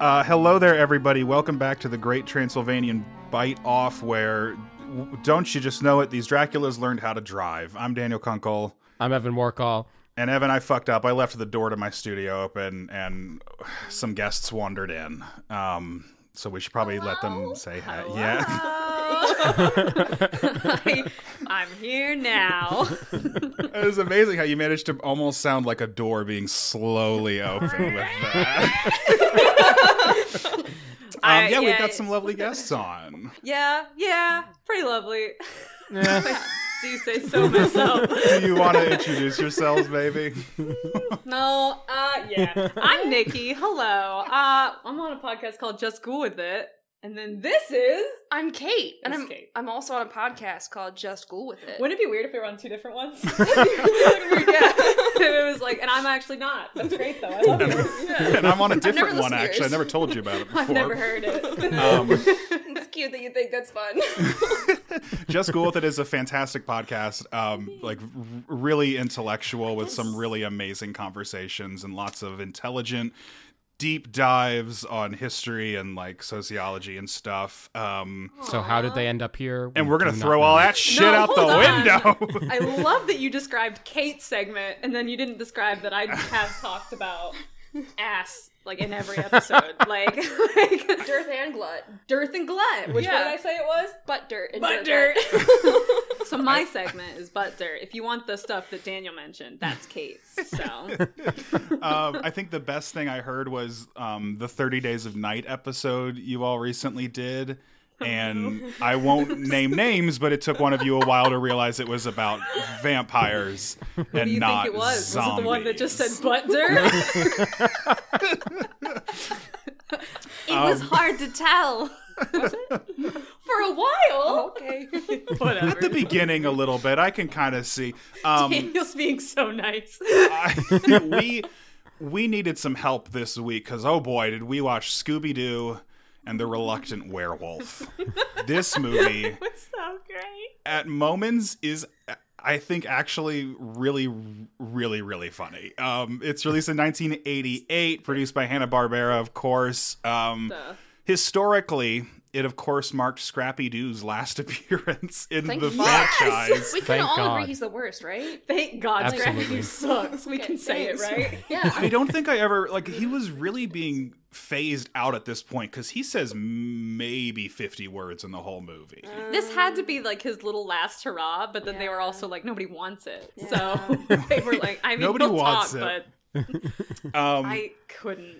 Uh, hello there, everybody. Welcome back to the Great Transylvanian Bite Off, where w- don't you just know it? These Draculas learned how to drive. I'm Daniel Kunkel, I'm Evan Warkall. and Evan. I fucked up. I left the door to my studio open, and some guests wandered in. Um, so we should probably let Oh, them say hi. Yeah. I, I'm here now. It was amazing how you managed to almost sound like a door being slowly opened with that. um, I- yeah, we've yeah. got some lovely guests on. Yeah, yeah, pretty lovely. Yeah. Do say so myself. Do you want to introduce yourselves, baby? No, uh, yeah. I'm Nikki. Hello. Uh, I'm on a podcast called Just Cool with It, and then this is. I'm Kate, and It's I'm Kate. I'm also on a podcast called Just Cool with It. Wouldn't it be weird if we were on two different ones? yeah. If it was like, and I'm actually not. That's great though. I love it. and I'm on a different never one, listened to actually. I yours. never told you about it before. I've never heard it. Um, it's cute that you think that's fun. Just Cool With It is a fantastic podcast. Um, like r- really intellectual with some really amazing conversations and lots of intelligent deep dives on history and like sociology and stuff. Um, So how did they end up here? and we're gonna Oh, do not throw know. all that shit No, out the hold on. window. I love that you described Kate's segment and then you didn't describe that I have talked about ass like in every episode. Like, like Dearth and glut, dearth and glut. Which Yeah. one did I say it was? butt dirt, and Butt dirt. So my segment is butt dirt. If you want the stuff that Daniel mentioned, that's Kate's. So um, I think the best thing I heard was um, the 30 Days of Night episode you all recently did. Oh, And I won't name names, but it took one of you a while to realize it was about vampires and what do you not think it was? zombies. Was it the one that just said butt dirt? It was Um. hard to tell. For a while. Okay. At the Oh, Whatever. beginning, a little bit, I can kind of see. Um, Daniel's being so nice. I- we we needed some help this week because oh boy, did we watch Scooby Doo and the Reluctant Werewolf? this movie. It's so great. at moments is I think actually really really really funny. Um it's released in 1988, produced by Hanna-Barbera of course. Um Duh. historically, it of course marked Scrappy Doo's last appearance in Thank the fuck. franchise. We can Thank all God. agree he's the worst, right? Thank God Absolutely. Scrappy Doo sucks. We can say it, thanks. right? Yeah. I don't think I ever like he was really being phased out at this point cuz he says maybe 50 words in the whole movie. This had to be like his little last hurrah, but then they were Yeah. also like, nobody wants it. So they were like, I mean, Nobody we'll wants talk, it. but Um I couldn't.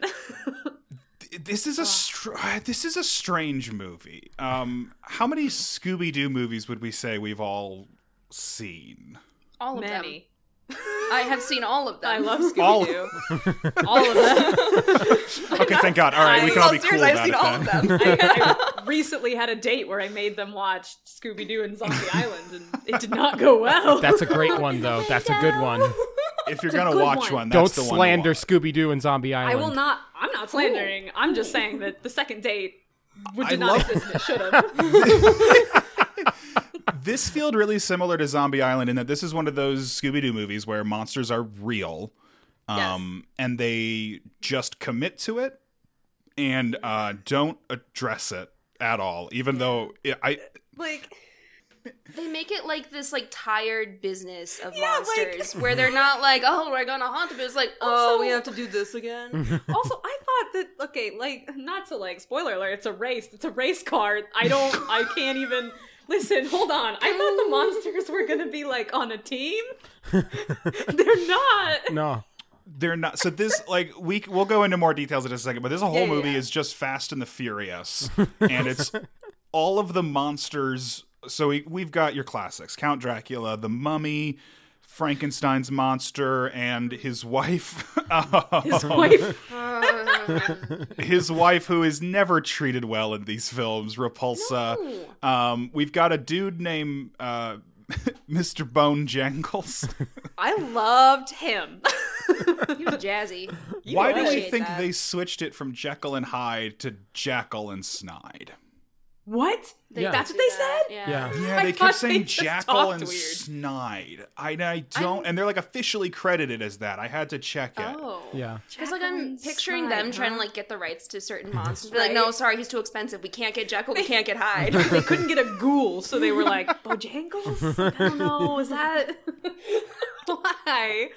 this is a str- this is a strange movie. Um, how many Scooby Doo movies would we say we've all seen? All of them. Many. I have seen all of them. I love All- Scooby Doo. All, of them. Okay, thank God. All right, we I- can all Oh, be cool seriously, about I've seen it all of then. them. I, I recently had a date where I made them watch Scooby Doo and Zombie Island, and it did not go well. That's a great one though. That's a good one. If you're gonna good watch one. one, Don't that's the one to slander watch. Scooby Doo and Zombie I Island. will not. I'm not slandering. I'm just saying that the second date would I did not love- exist. and It should have. This feels really similar to Zombie Island in that this is one of those Scooby Doo movies where monsters are real, um, and they just commit to it and uh, don't address it at all. Even though it, I, Like, They make it like this like tired business of Yeah, like- monsters where they're not like, oh, we're gonna haunt them. It's like, oh, Also- we have to do this again. also i thought that okay like not to like spoiler alert it's a race it's a race car i don't i can't even listen hold on i thought the monsters were gonna be like on a team they're not No. they're not so this like we we'll go into more details in a second but this whole yeah, movie yeah. is just fast and the furious and it's all of the monsters so we, we've got your classics count dracula the mummy frankenstein's monster and his wife his Oh. wife his wife who is never treated well in these films repulsa um, we've got a dude named uh, mr bone jangles i loved him he was jazzy. Why do I appreciate think that. they switched it from Jekyll and Hyde to Jackal and Snide? What? They Yeah. That's do what they that, said? Yeah. Yeah. Yeah, I they thought kept they saying just jackal talked and weird. snide. I, I don't, and they're like officially credited as that. I had to check it. Oh. Yeah. Because like I'm Jacqueline picturing Snide, them trying to huh? like get the rights to certain monsters. Be like, no, Right. sorry, he's too expensive. We can't get Jekyll. We can't get Hyde. they couldn't get a ghoul, so they were like, Bojangles? Like, I don't know. Is that why?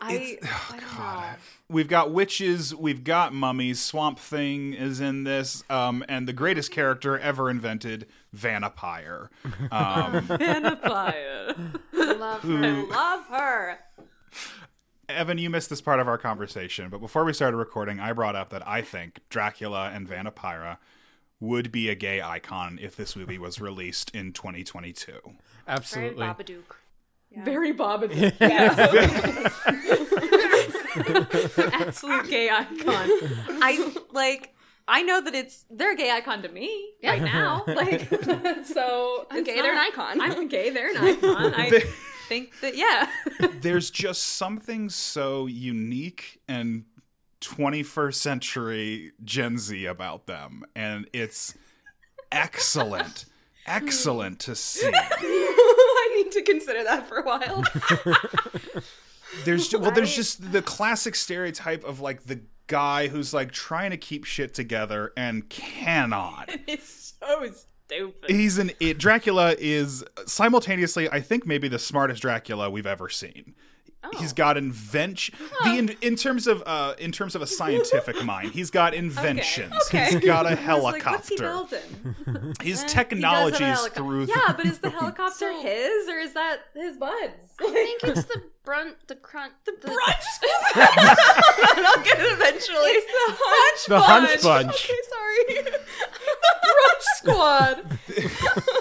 I, It's- oh, I don't God. know. We've got witches, we've got mummies, Swamp Thing is in this, um, and the greatest character ever invented, Vanipire. Um, Vanipire. Love I her. love her. Evan, you missed this part of our conversation, but before we started recording, I brought up that I think Dracula and Vanipira would be a gay icon if this movie was released in 2022. Very Absolutely. Babadook. Very Babadook. yes. Absolute gay icon. I like. I know that it's they're a gay icon to me right now. Like, so I'm it's gay. They're an not- icon. I'm gay. They're an icon. I think that yeah. There's just something so unique and 21st century Gen Z about them, and it's excellent, excellent to see. I need to consider that for a while. There's ju- well, there's just the classic stereotype of like the guy who's like trying to keep shit together and cannot. it's so stupid. He's an it. Dracula is simultaneously, I think, maybe the smartest Dracula we've ever seen. Oh. He's got invention. The in, in terms of uh, in terms of a scientific mind, he's got inventions. okay. He's got a I was like, what's he helicopter. building? His He does have technology a is helico- through. the- Yeah, but is the helicopter So- his or is that his buds? I think it's the brunt, the crunch, the, the I'll get it eventually. It's the hunch The Hunch Bunch. Okay, sorry. the brunch squad.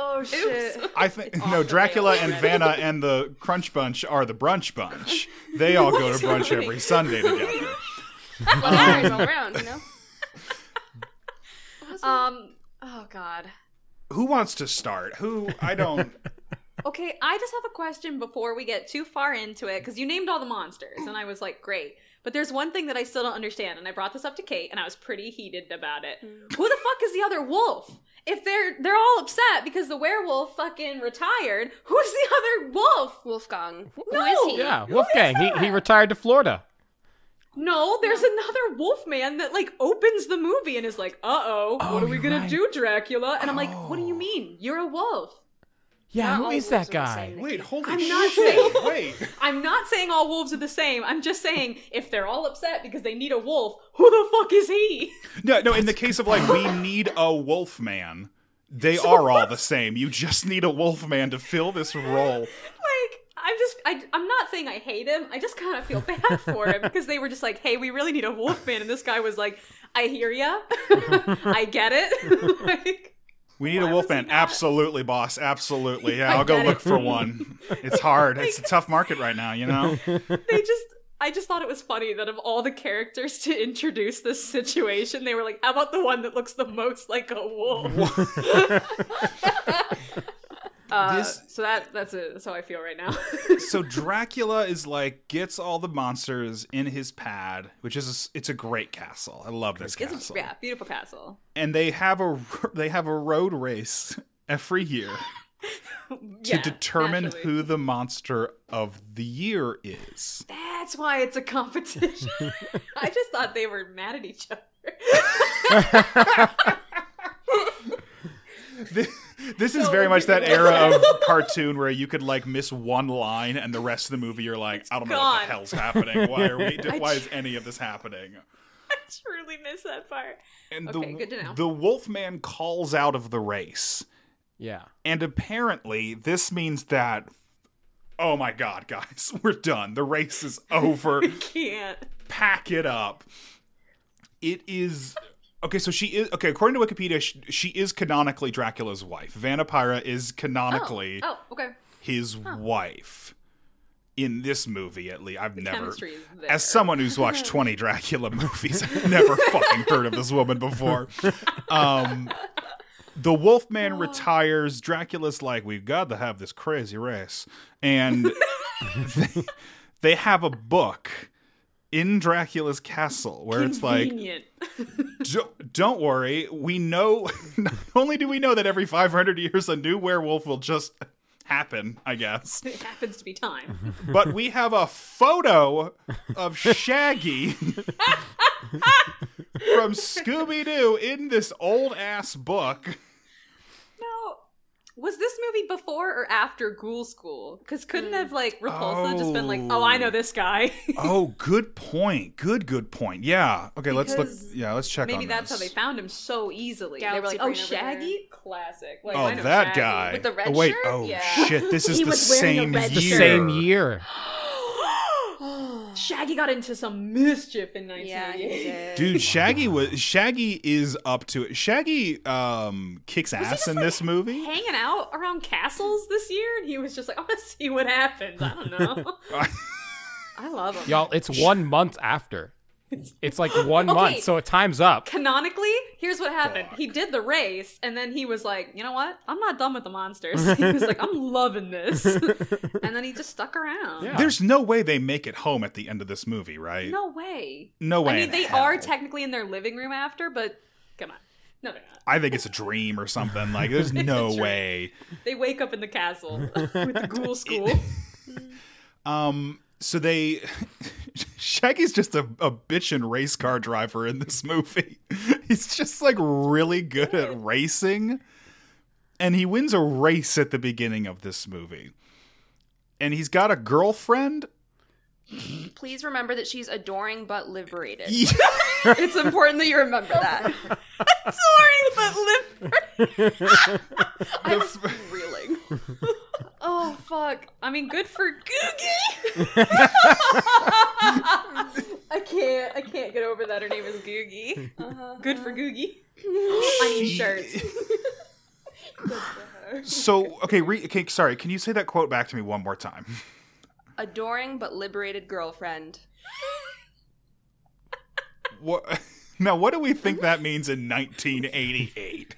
Oh shit! I think no. Dracula and Vanna and the Crunch Bunch are the Brunch Bunch. They all go to brunch every Sunday together. Well, there is all around, you know. Um. Oh God. Who wants to start? Who I don't. Okay, I just have a question before we get too far into it because you named all the monsters, and I was like, great. But there's one thing that I still don't understand, and I brought this up to Kate, and I was pretty heated about it. Who the fuck is the other wolf? If they're they're all upset because the werewolf fucking retired, who's the other wolf? Wolfgang. No. Who is he? Yeah, Wolfgang. He he retired to Florida. No, there's another wolf man that like opens the movie and is like, "Uh oh, what are we you're gonna right. Oh. do, Dracula?" And I'm like, "What do you mean? You're a wolf." Yeah, Not who all is wolves that are the guy? same. Wait, holy I'm not shit! saying- Wait, I'm not saying all wolves are the same. I'm just saying if they're all upset because they need a wolf, who the fuck is he? no, no. In the case of like, we need a wolf man. They are all the same. You just need a wolf man to fill this role. Like, I'm just, I, I'm not saying I hate him. I just kind of feel bad for him because they were just like, hey, we really need a wolf man. And this guy was like, I hear ya. I get it. like, We need Why a was wolf man. he not- Absolutely, boss. Absolutely. Yeah, I I'll go get look it. for one. It's hard. It's a tough market right now. You know. they just, I just thought it was funny that of all the characters to introduce this situation, they were like, how about the one that looks the most like a wolf? Uh, This- So that that's it. That's how I feel right now. so Dracula is like gets all the monsters in his pad, which is a s it's a great castle. I love this it's castle. a yeah, beautiful castle. And they have a they have a road race every year to Yeah, determine naturally. who the monster of the year is. That's why it's a competition. I just thought they were mad at each other. This, this is very much that era of cartoon where you could like miss one line and the rest of the movie you're like, I don't know what gone. the hell's happening. Why are we? Why is any of this happening? I truly miss that part. And Okay, the good to know. the Wolfman calls out of the race. Yeah. And apparently, this means that, oh my God, guys, we're done. The race is over. Can't. Pack it up. It is. Okay, so she is. Okay, according to Wikipedia, she, she is canonically Dracula's wife. Vanapyra is canonically Oh, okay. his wife in this movie, at least. I've never. Chemistry is there. As someone who's watched 20 Dracula movies, I've never fucking heard of this woman before. Um, the Wolfman Oh. retires. Dracula's like, we've got to have this crazy race. And they, they have a book in Dracula's castle, where it's like, Convenient. "Do- don't worry, we know. Not only do we know that every 500 years a new werewolf will just happen, I guess, it happens to be Mm-hmm. time. but we have a photo of Shaggy from Scooby Doo in this old ass book. Now, was this movie before or after Ghoul School? Because couldn't have like Repulsa just been like, "Oh, I know this guy." Oh, good point. Good, good point. Yeah. Okay, let's look. Because Yeah, let's check. Maybe on that's how this. they found him so easily. they were Galaxy like, "Oh, brain over there." Shaggy, classic." Like, I Oh, know that Shaggy. guy. With the red oh, wait. shirt? Oh, Yeah. shit. This is He the was wearing same a year. red The same year. Shaggy got into some mischief in 1988. Dude, Shaggy was Shaggy is up to it. Shaggy um kicks ass in this movie. Hanging out around castles this year, and he was just like, "I want to see what happens." I don't know. I love him. Y'all, it's one month after. It's like one month, so it times up. Canonically, here's what happened. He did the race, and then he was like, you know what? I'm not done with the monsters. He was like, I'm loving this. and then he just stuck around. Yeah. There's no way they make it home at the end of this movie, right? No way. No way I mean, in they hell. are technically in their living room after, but come on. No, they're not. I think it's a dream or something. Like there's a no dream. way. They wake up in the castle with the ghoul school. Um so they Shaggy's just a, a bitchin' race car driver in this movie. He's just like really good at racing. And he wins a race at the beginning of this movie. And he's got a girlfriend. Please remember that she's adoring but liberated. Yeah. it's important that you remember that. Sorry, but live. I was reeling. oh fuck. I mean, good for Googie. I can't. I can't get over that. Her name is Googie. Good for Googie. I need She- shirts. So okay, re- okay, sorry. Can you say that quote back to me one more time? Adoring but liberated girlfriend. What? Now, what do we think that means in 1988?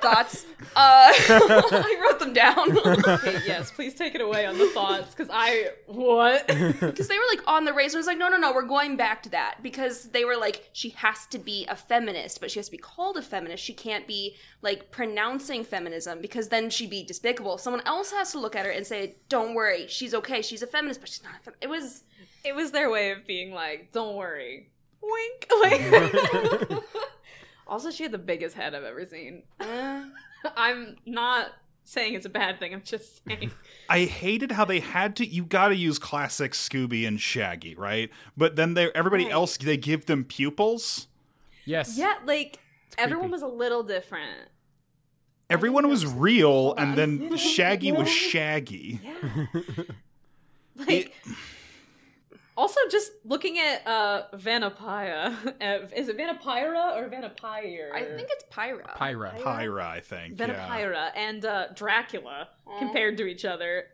Thoughts? Uh, I wrote them down Okay, yes, please take it away on the thoughts, because I what? because they were like on the race. And I was like, no, no, no, we're going back to that because they were like, she has to be a feminist, but she has to be called a feminist. She can't be like pronouncing feminism because then she'd be despicable. Someone else has to look at her and say, don't worry, she's okay, she's a feminist, but she's not. A fem-. It was It was their way of being like, "Don't worry, wink." Like, also, she had the biggest head I've ever seen. uh, I'm not saying it's a bad thing. I'm just saying I hated how they had to. You got to use classic Scooby and Shaggy, right? But then they everybody Right. else they give them pupils. Yes. Yeah, like everyone creepy. was a little different. Everyone was real, and then Shaggy was Shaggy. Yeah. like also just looking at uh Vanapaya. Uh, is it Vanapyra or Vanapire? I think it's Pyra. Pyra. Pyra, I think. Yeah. Vanapyra and uh Dracula compared to each other.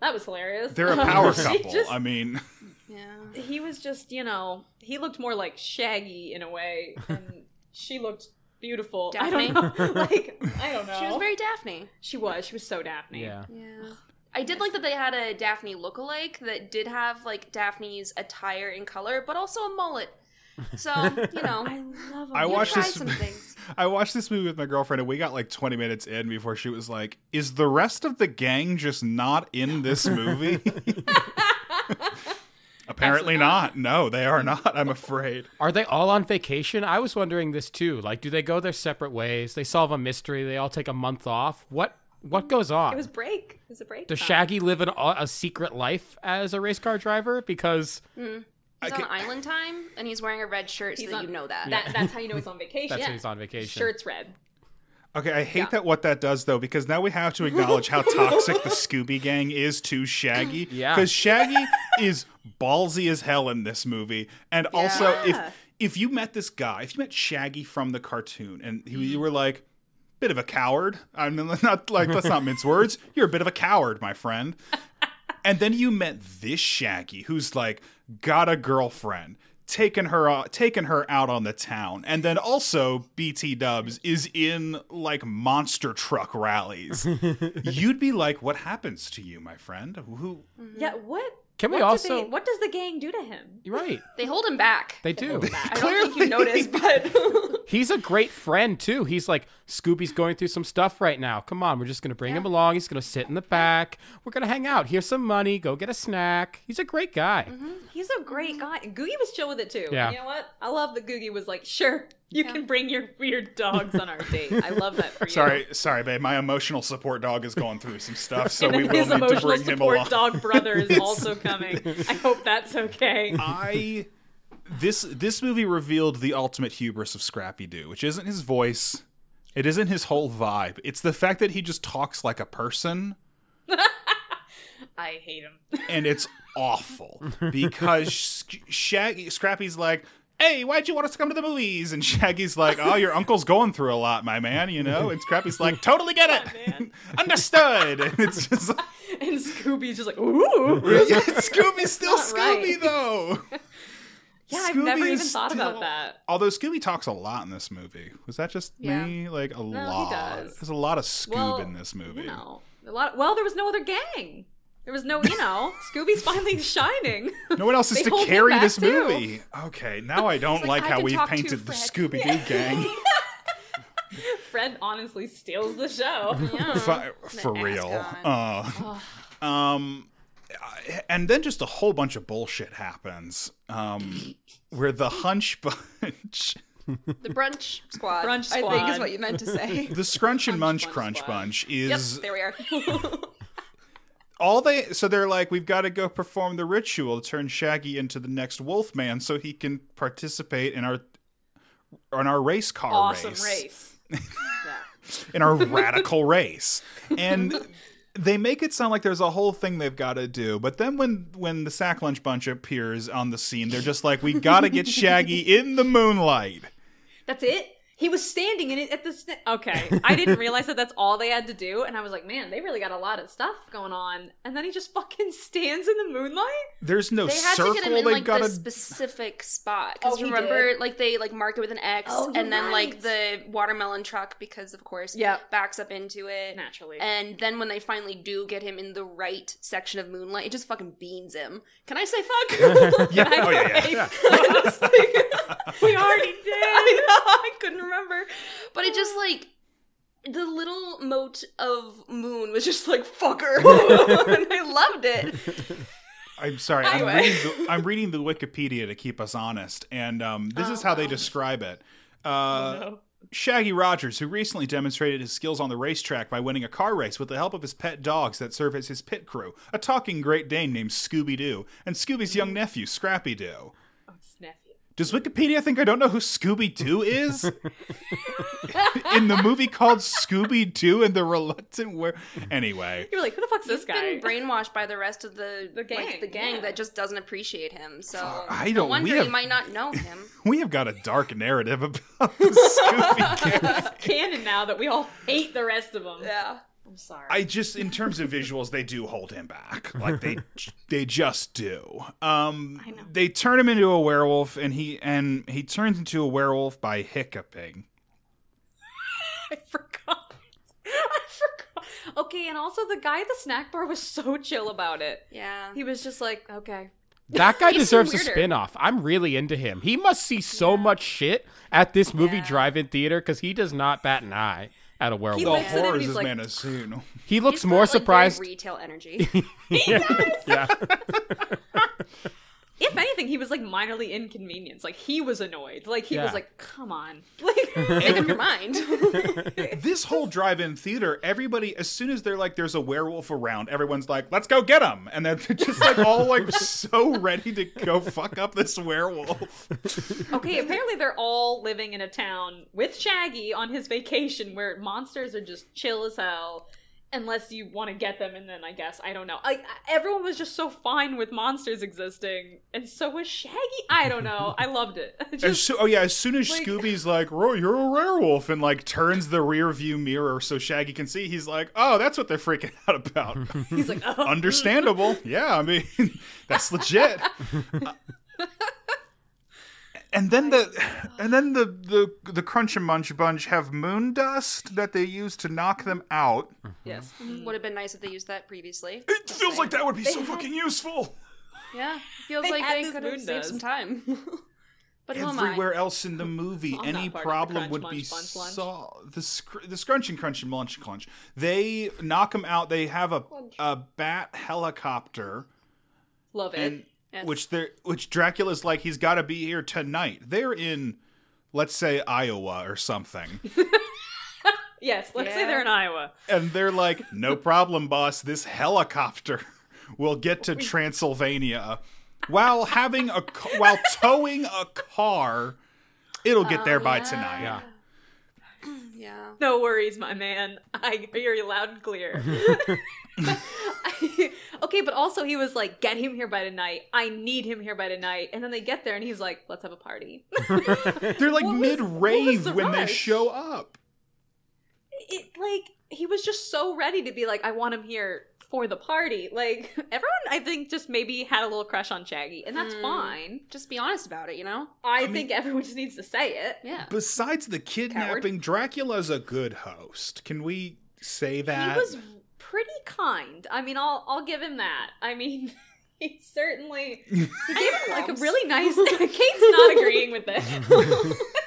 That was hilarious. They're a power She couple. just- I mean, Yeah. he was just, you know, he looked more like Shaggy in a way and she looked beautiful. I don't know. like I don't know. She was very Daphne. She was. She was so Daphne. Yeah. Yeah. I did like that they had a Daphne lookalike that did have like Daphne's attire and color, but also a mullet. So, you know, I love him. I you watched try this- some things. I watched this movie with my girlfriend, and we got like 20 minutes in before she was like, "Is the rest of the gang just not in this movie?" Apparently not. No, they are not. I'm afraid. Are they all on vacation? I was wondering this too. Like, do they go their separate ways? They solve a mystery. They all take a month off. What What goes on? Mm, It was break. It was a break. Does time. Shaggy live an, a secret life as a race car driver? Because He's I on can- island time and he's wearing a red shirt so He's that on- you know that. That, that's how you know he's on vacation. that's yeah. when he's on vacation. Shirt's red. Okay, I hate Yeah. that what that does though, because now we have to acknowledge how toxic the Scooby Gang is to Shaggy. Yeah. because Shaggy is ballsy as hell in this movie, and also if if you met this guy, if you met Shaggy from the cartoon, and he, you were like. Bit of a coward. I mean, not like let's not mince words. You're a bit of a coward, my friend. And then you met this Shaggy, who's like got a girlfriend, taking her out, taking her out on the town, and then also BT Dubs is in like monster truck rallies. You'd be like, "What happens to you, my friend? Who? Mm-hmm. Yeah, what Can we what, also? do they, what does the gang do to him? You're right. They hold him back. They do. I don't think you noticed, but He's a great friend too. He's like Scooby's going through some stuff right now. Come on, we're just gonna bring him along. He's gonna sit in the back. We're gonna hang out. Here's some money. Go get a snack. He's a great guy. Mm-hmm. He's a great guy. And Googie was chill with it too. Yeah. You know what? I love that Googie was like, sure, you can bring your weird dogs on our date. I love that for you. Sorry, sorry, babe. My emotional support dog is going through some stuff, so And we then will his need to emotional bring him support along. dog brother is also coming. I hope that's okay. I this this movie revealed the ultimate hubris of Scrappy Doo, which isn't his voice, it isn't his whole vibe. It's the fact that he just talks like a person, I hate him. and it's awful because Sh- Shaggy Scrappy's like. Hey, why'd you want us to come to the movies? And Shaggy's like, "Oh, your uncle's going through a lot, my man. You know." And Scrappy's like, "Totally get it, understood." And it's just like, And Scooby's just like, ooh. Scooby's still Not Scooby right. though. Yeah, I've Scooby never even is thought about still- that. Although Scooby talks a lot in this movie. Was that just Yeah. me? Like a he lot. does. There's a lot of Scoob Well, in this movie. You know, a lot. Well, there was no other gang. There was no, you know, Scooby's finally shining. No one else is They to hold him carry back, this too. movie. Okay, now I don't like, like, I how can we've talk to painted the Fred. Scooby Doo gang. Fred honestly steals the show. Fi- for real. Uh, um, I- and then just a whole bunch of bullshit happens. Um, where the hunchbunch, the brunch squad. Brunch I think squad. is what you meant to say. the scrunch and munch Bunch crunch Squad. bunch yep, is there we are. all they so they're like we've got to go perform the ritual to turn shaggy into the next wolfman so he can participate in our on our race car Awesome race, race. in our radical race and they make it sound like there's a whole thing they've got to do but then when when the sack lunch bunch appears on the scene they're just like we got to get shaggy in the moonlight That's it. He was standing in it at the. Sn- okay, I didn't realize that that's all they had to do, and I was like, man, they really got a lot of stuff going on. And then he just fucking stands in the moonlight. there's no They had circle to get him in they've like got the to specific spot because Oh, he remember, did? like they like mark it with an X, Oh, you're and right. then like the watermelon truck, because of course, Yep. backs up into it. Naturally. And then when they finally do get him in the right section of moonlight, it just fucking beans him. Can I say fuck? yeah. Oh, yeah, yeah. I was like- We already did. I know, I couldn't remember. But it just like the little mote of moon was just like fucker. and I loved it. I'm sorry. Anyway. I'm, reading the, I'm reading the Wikipedia to keep us honest, and um, this is how they describe it. Uh, Shaggy Rogers, who recently demonstrated his skills on the racetrack by winning a car race with the help of his pet dogs that serve as his pit crew, a talking Great Dane named Scooby Doo, and Scooby's young nephew, Scrappy Doo. Oh, it's nephew. Does Wikipedia think I don't know who Scooby Doo is? In the movie called Scooby Doo and the Reluctant Were. Anyway. You were like, who the fuck's this He's guy? been brainwashed by the rest of the The gang, like, the gang yeah. that just doesn't appreciate him. So I no don't- we wonder have- you might not know him. We have got a dark narrative about the Scooby character. canon now that we all hate the rest of them. yeah. I'm sorry. I just in terms of visuals, they do hold him back. Like they they just do. Um they turn him into a werewolf and he and he turns into a werewolf by hiccuping. I forgot. I forgot. Okay, and also the guy at the snack bar was so chill about it. Yeah. He was just like, okay. That guy He's deserves a weirder. spin-off. I'm really into him. He must see so much shit at this movie Yeah. drive-in theater because he does not bat an eye at a werewolf. He, The looks at him and horrors he's is like- man is soon. looks He's got, more like, very surprised. retail energy. yeah. If anything, he was like minorly inconvenienced. Like he was annoyed. Like he Yeah. was like, come on. Like Make up your mind. This whole drive-in theater, everybody, as soon as they're like, "There's a werewolf around," everyone's like, "Let's go get him!" And they're just like all like so ready to go fuck up this werewolf. Okay, apparently they're all living in a town with Shaggy on his vacation where monsters are just chill as hell. Unless you want to get them, and then I guess I don't know. Like everyone was just so fine with monsters existing, and so was Shaggy. I don't know. I loved it. As Just, so, oh yeah, as soon as Like- Scooby's like, "Roy, you're a werewolf," and like turns the rear view mirror so Shaggy can see, he's like, "Oh, that's what they're freaking out about." he's like, oh, Understandable, yeah. I mean, that's legit. Uh, and then the, and then the the the Crunch and Munch bunch have moon dust that they use to knock them out. yes. Would have been nice if they used that previously. It feels like that would be so fucking useful. Yeah, it feels They like had they this could moon have saved does. some time. but who am I? Everywhere else in the movie, I'm any not part of the problem crunch, would munch, be bunch, lunch. solved. The, scr- the scrunch and crunch and lunch and clunch. They knock him out. They have a a bat helicopter, Love it. and Yes. which they're which Dracula's like he's got to be here tonight. They're in, let's say Iowa or something, yes, let's say Yeah. they're in Iowa. and they're like, no problem, boss. This helicopter will get to Transylvania while having a ca- while towing a car. It'll Oh, get there by yeah. tonight. Yeah. Yeah. No worries, my man. I hear you loud and clear. okay, but also he was like, get him here by tonight. I need him here by tonight. And then they get there and he's like, let's have a party. They're like What was- mid what was rave the when they rush? show up. it like he was just so ready to be like, I want him here for the party. Like everyone I think just maybe had a little crush on Shaggy, and that's Hmm. fine. Just be honest about it, you know? I, think everyone just needs to say it. Yeah. Besides the kidnapping, Dracula's a good host. Can we say that? He was pretty kind. I mean, I'll I'll give him that. I mean, he certainly he gave him like a Crumbs. really nice. Kate's not agreeing with this.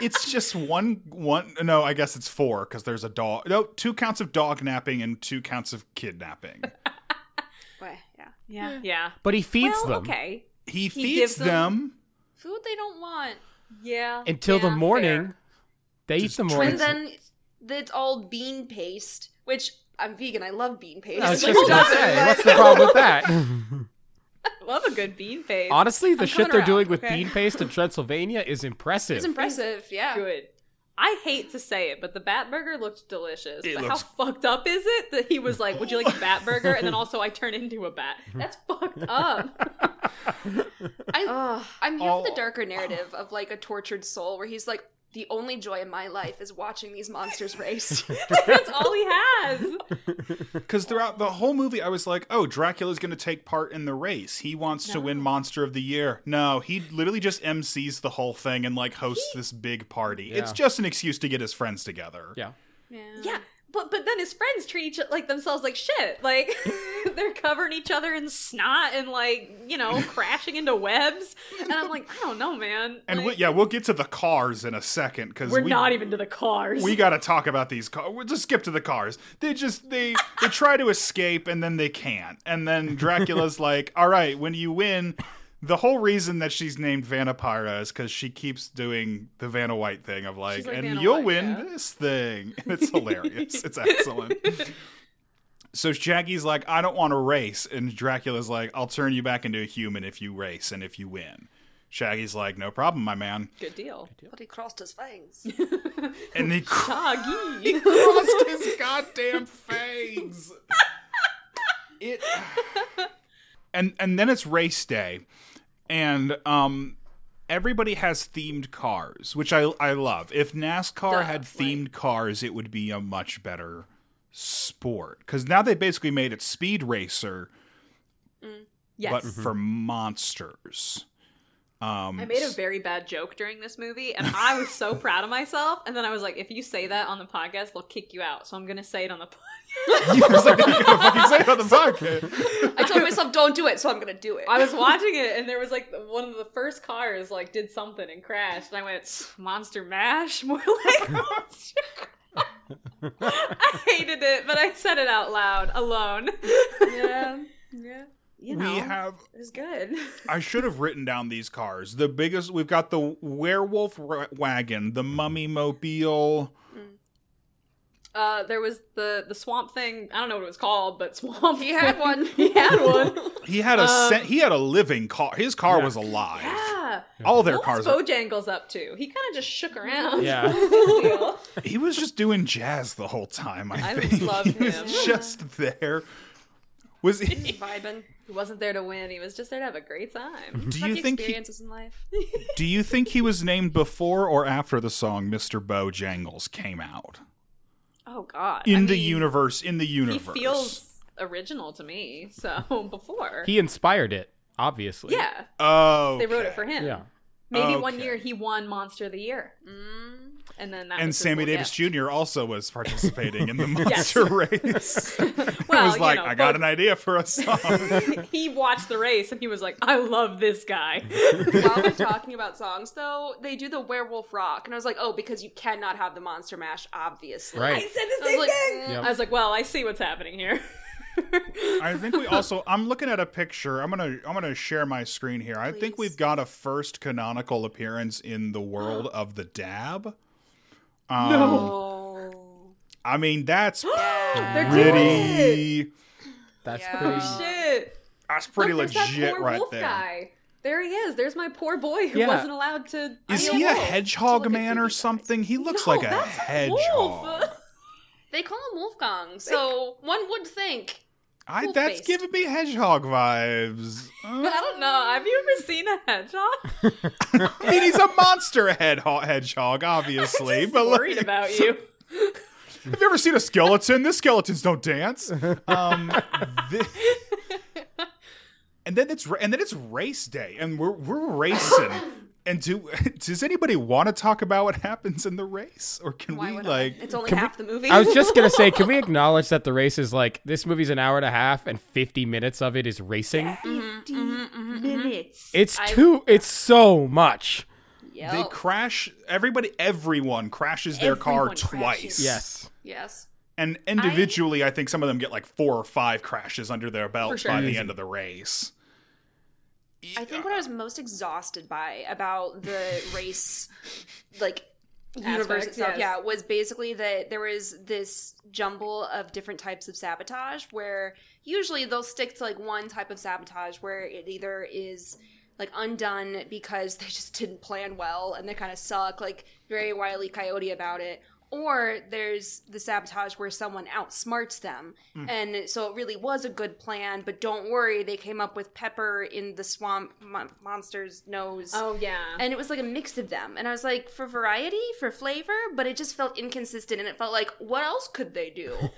It's just one one. No, I guess it's four because there's a dog. No, two counts of dog napping and two counts of kidnapping. But, yeah. yeah, yeah. But he feeds Well, them okay. He, feeds gives them them. Food they don't want. Yeah. until the Yeah, morning. fair. They Just eat the try morning. And then it's all bean paste, which I'm vegan. I love bean paste. I was Like, just who gonna doesn't? say, But- what's the problem with that? Love a good bean face. Honestly, the I'm shit coming they're around, doing with okay? bean paste in Transylvania is impressive. It's impressive. Yeah. good. I hate to say it, but the Bat Burger looked delicious. It but looks- how fucked up is it that he was like, "Would you like a Bat Burger?" And then also, I turn into a bat. That's fucked up. I, I'm here for Oh. the darker narrative of like a tortured soul where he's like, the only joy in my life is watching these monsters race. That's all he has. Because throughout the whole movie, I was like, "Oh, Dracula's going to take part in the race. He wants to win Monster of the Year." No, he literally just MCs the whole thing and like hosts this big party. It's Yeah. just an excuse to get his friends together. yeah. Uh-huh. Yeah, but but then his friends treat each like themselves like shit. Like they're covering each other in snot and like you know crashing into webs. And I'm like, I don't know, man. And we, Like, yeah, we'll get to the cars in a second because we're we, not even to the cars. We got to talk about these cars. We'll just skip to the cars. They just they they try to escape and then they can't. And then Dracula's like, "All right, when you win." The whole reason that she's named Vanapyra is because she keeps doing the Vanna White thing of like, She's like, and "Vanna you'll White, win yeah." this thing. And it's hilarious. it's excellent. So Shaggy's like, I don't want to race. And Dracula's like, I'll turn you back into a human if you race and if you win. Shaggy's like, no problem, my man. Good deal. But he crossed his fangs. And he Doggy. crossed his goddamn fangs. It and and then it's race day, and um, everybody has themed cars, which I I love. If NASCAR Duh, had right. themed cars, it would be a much better sport because now they basically made it Speed Racer, Yes. but for monsters. Um, I made a very bad joke during this movie, and I was so proud of myself. And then I was like, if you say that on the podcast, they'll kick you out. So I'm gonna say it on the podcast. you were like, "You're gonna fucking say it on the podcast." I told myself, don't do it, so I'm gonna do it. I was watching it, and there was like one of the first cars like did something and crashed, and I went Monster Mash, more like Monster. I hated it, but I said it out loud alone. yeah, yeah. You know, We have it was good. I should have written down these cars. The biggest we've got the werewolf ra- wagon, the mummy mobile. Uh, there was the the swamp thing. I don't know what it was called, but swamp. He had one. he had one. He had a Um, sen- he had a living car. His car Yeah. was alive. Yeah. All their What cars. was Bojangles up to? He kind of just shook around. Yeah. were- he was just doing jazz the whole time. I, I think love he was him. just there. Was he? Vibing. he wasn't there to win. He was just there to have a great time. Do you think he, experiences in life? do you think he was named before or after the song Mr. Bojangles came out Oh God. in I the mean, universe? In the He universe, feels original to me. So before, He inspired it, obviously. yeah, Oh, they wrote it for him. Yeah. Maybe one Okay. Mm. year he won Monster of the Year. and then that and was his Sammy little Davis gift. Jr. also was participating in the Yes. monster race. Well, he was you like, know, I got but an idea for a song. He watched the race and he was like, I love this guy. While they're talking about songs, though, they do the werewolf rock, and I was like, oh, because you cannot have the monster mash, obviously. Right. I said the I was same like, thing. mm, Yep. I was like, well, I see what's happening here. I think we also. I'm looking at a picture. I'm gonna. I'm gonna share my screen here. I think Please. we've got a first canonical appearance in the world of the dab. Um, oh. I mean, that's They're doing it. pretty. That's Yeah. pretty. Oh, Shit. That's Um, pretty Look, there's that legit poor right wolf there. Is Guy. There he is. There's my poor boy who Yeah. wasn't allowed to. be he a wolf. Look hedgehog at man Goofy or guys. something? He looks No, like a that's hedgehog. wolf. They call him Wolfgang, so one would think. I, that's Wolf-based. giving me hedgehog vibes. Uh, I don't know. Have you ever seen a hedgehog? I mean, he's a monster head hedgehog, obviously. but like, Worried about you. Have you ever seen a skeleton? This skeletons don't dance. Um, thi- and then it's ra- and then it's race day, and we're we're racing. and do does anybody want to talk about what happens in the race, or can Why we would I? like? It's only Can we- half the movie. I was just gonna say, can we acknowledge that the race is like this movie's an hour and a half, and fifty minutes of it is racing? 50 minutes. It's I- too. It's so much. Yep. They crash. Everybody, everyone crashes their car Everyone twice. crashes. Yes. yes. And individually, I, think some of them get like four or five crashes under their belt sure. by the end of the race. I think what I was most exhausted by about the race, like universe Aspect, itself, yes. yeah, was basically that there was this jumble of different types of sabotage. Where usually they'll stick to like one type of sabotage, where it either is like undone because they just didn't plan well and they kind of suck, like very wily coyote about it. Or there's the sabotage where someone outsmarts them. And so it really was a good plan, but don't worry, they came up with pepper in the swamp mon- monster's nose. Oh yeah. And it was like a mix of them. And I was like, for variety, for flavor, but it just felt inconsistent. And it felt like, what else could they do?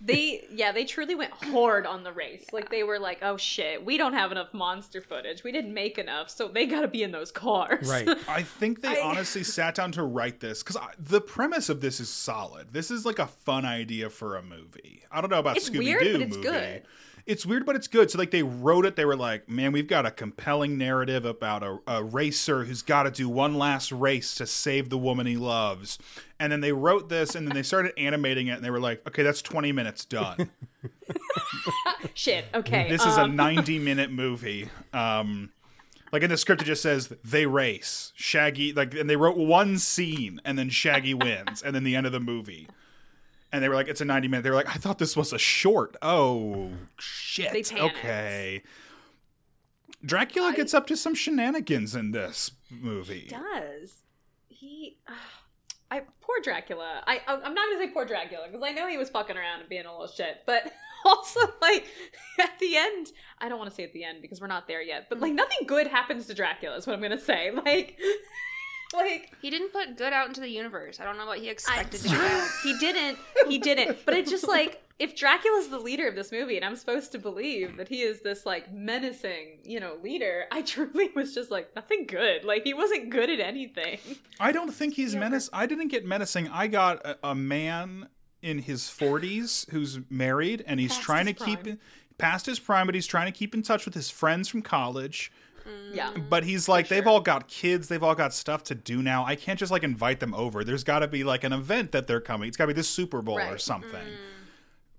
they yeah they truly went hard on the race like they were like oh shit we don't have enough monster footage we didn't make enough so they gotta be in those cars Right. I think they honestly sat down to write this because the premise of this is solid. This is like a fun idea for a movie. I don't know about It's Scooby weird, Doo but it's movie. good. It's weird, but it's good. So like they wrote it. They were like, "Man, we've got a compelling narrative about a, a racer who's got to do one last race to save the woman he loves." And then they wrote this, and then they started animating it, and they were like, "Okay, that's twenty minutes done. shit okay um, This is a ninety-minute movie." Um, like in the script, it just says they race. Shaggy, like, and they wrote one scene, and then Shaggy wins, and then the end of the movie. And they were like, "It's a ninety-minute." They were like, "I thought this was a short." Oh shit! They panicked. okay. Dracula gets up to some shenanigans in this movie. does he I poor Dracula. I I'm I'm not gonna say poor Dracula because I know he was fucking around and being a little shit, but also like at the end, I don't want to say at the end because we're not there yet. But like nothing good happens to Dracula is what I'm gonna say. Like, like he didn't put good out into the universe. I don't know what he expected to do. back. He didn't. He didn't. But it's just like if Dracula's the leader of this movie, and I'm supposed to believe that he is this like menacing, you know, leader. I truly was just like nothing good. Like he wasn't good at anything. I don't think he's menace. I didn't get menacing. I got a, a man in his forties who's married and he's Past trying to his keep prime. in, past his prime, but he's trying to keep in touch with his friends from college. Mm. Yeah. But he's like, they've all got kids, they've all got stuff to do now. I can't just like invite them over. There's got to be like an event that they're coming. It's got to be this Super Bowl or Right. Mm. something.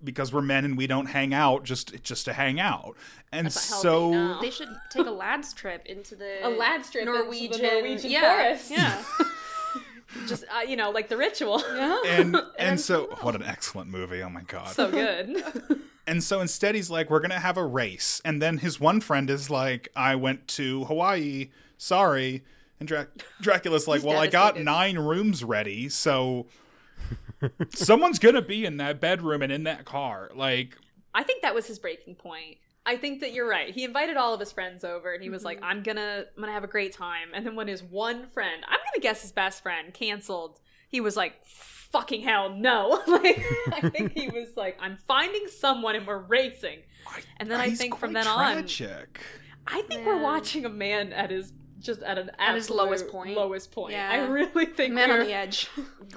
Because we're men and we don't hang out just just to hang out. And That's not so healthy, no. They should take a lad's trip into the A lad strip into the Norwegian, Norwegian yeah, forest. Yeah. Just uh, you know, like the ritual. and and so what an excellent movie. Oh my god. So good. And so instead, he's like, we're going to have a race. And then his one friend is like, I went to Hawaii. Sorry. And Drac- Dracula's like, He's well, I got devastated. nine rooms ready. So someone's going to be in that bedroom and in that car. Like, I think that was his breaking point. I think that you're right. He invited all of his friends over and he was Mm-hmm. like, I'm gonna I'm gonna have a great time. And then when his one friend, I'm gonna guess his best friend, canceled, he was like, fucking hell, no. like I think he was like, I'm finding someone and we're racing. And then I he's think from quite then on- tragic. I think Man. we're watching a man at his just at an At his absolute lowest point. lowest point. Yeah. I really think Man we're, on the edge.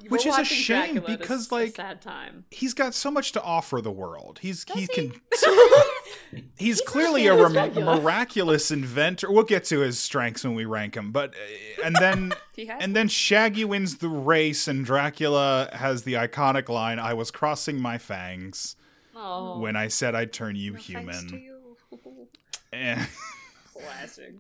Which we're is a watching shame Dracula at a- because, a like- sad time. He's got so much to offer the world. He's he, he? can. He's, clearly a not as rem- regular. miraculous inventor. We'll get to his strengths when we rank him, but uh, and then He has and then Shaggy wins the race, and Dracula has the iconic line, "I was crossing my fangs Oh, when I said I'd turn you Thanks to human." you. And- classic.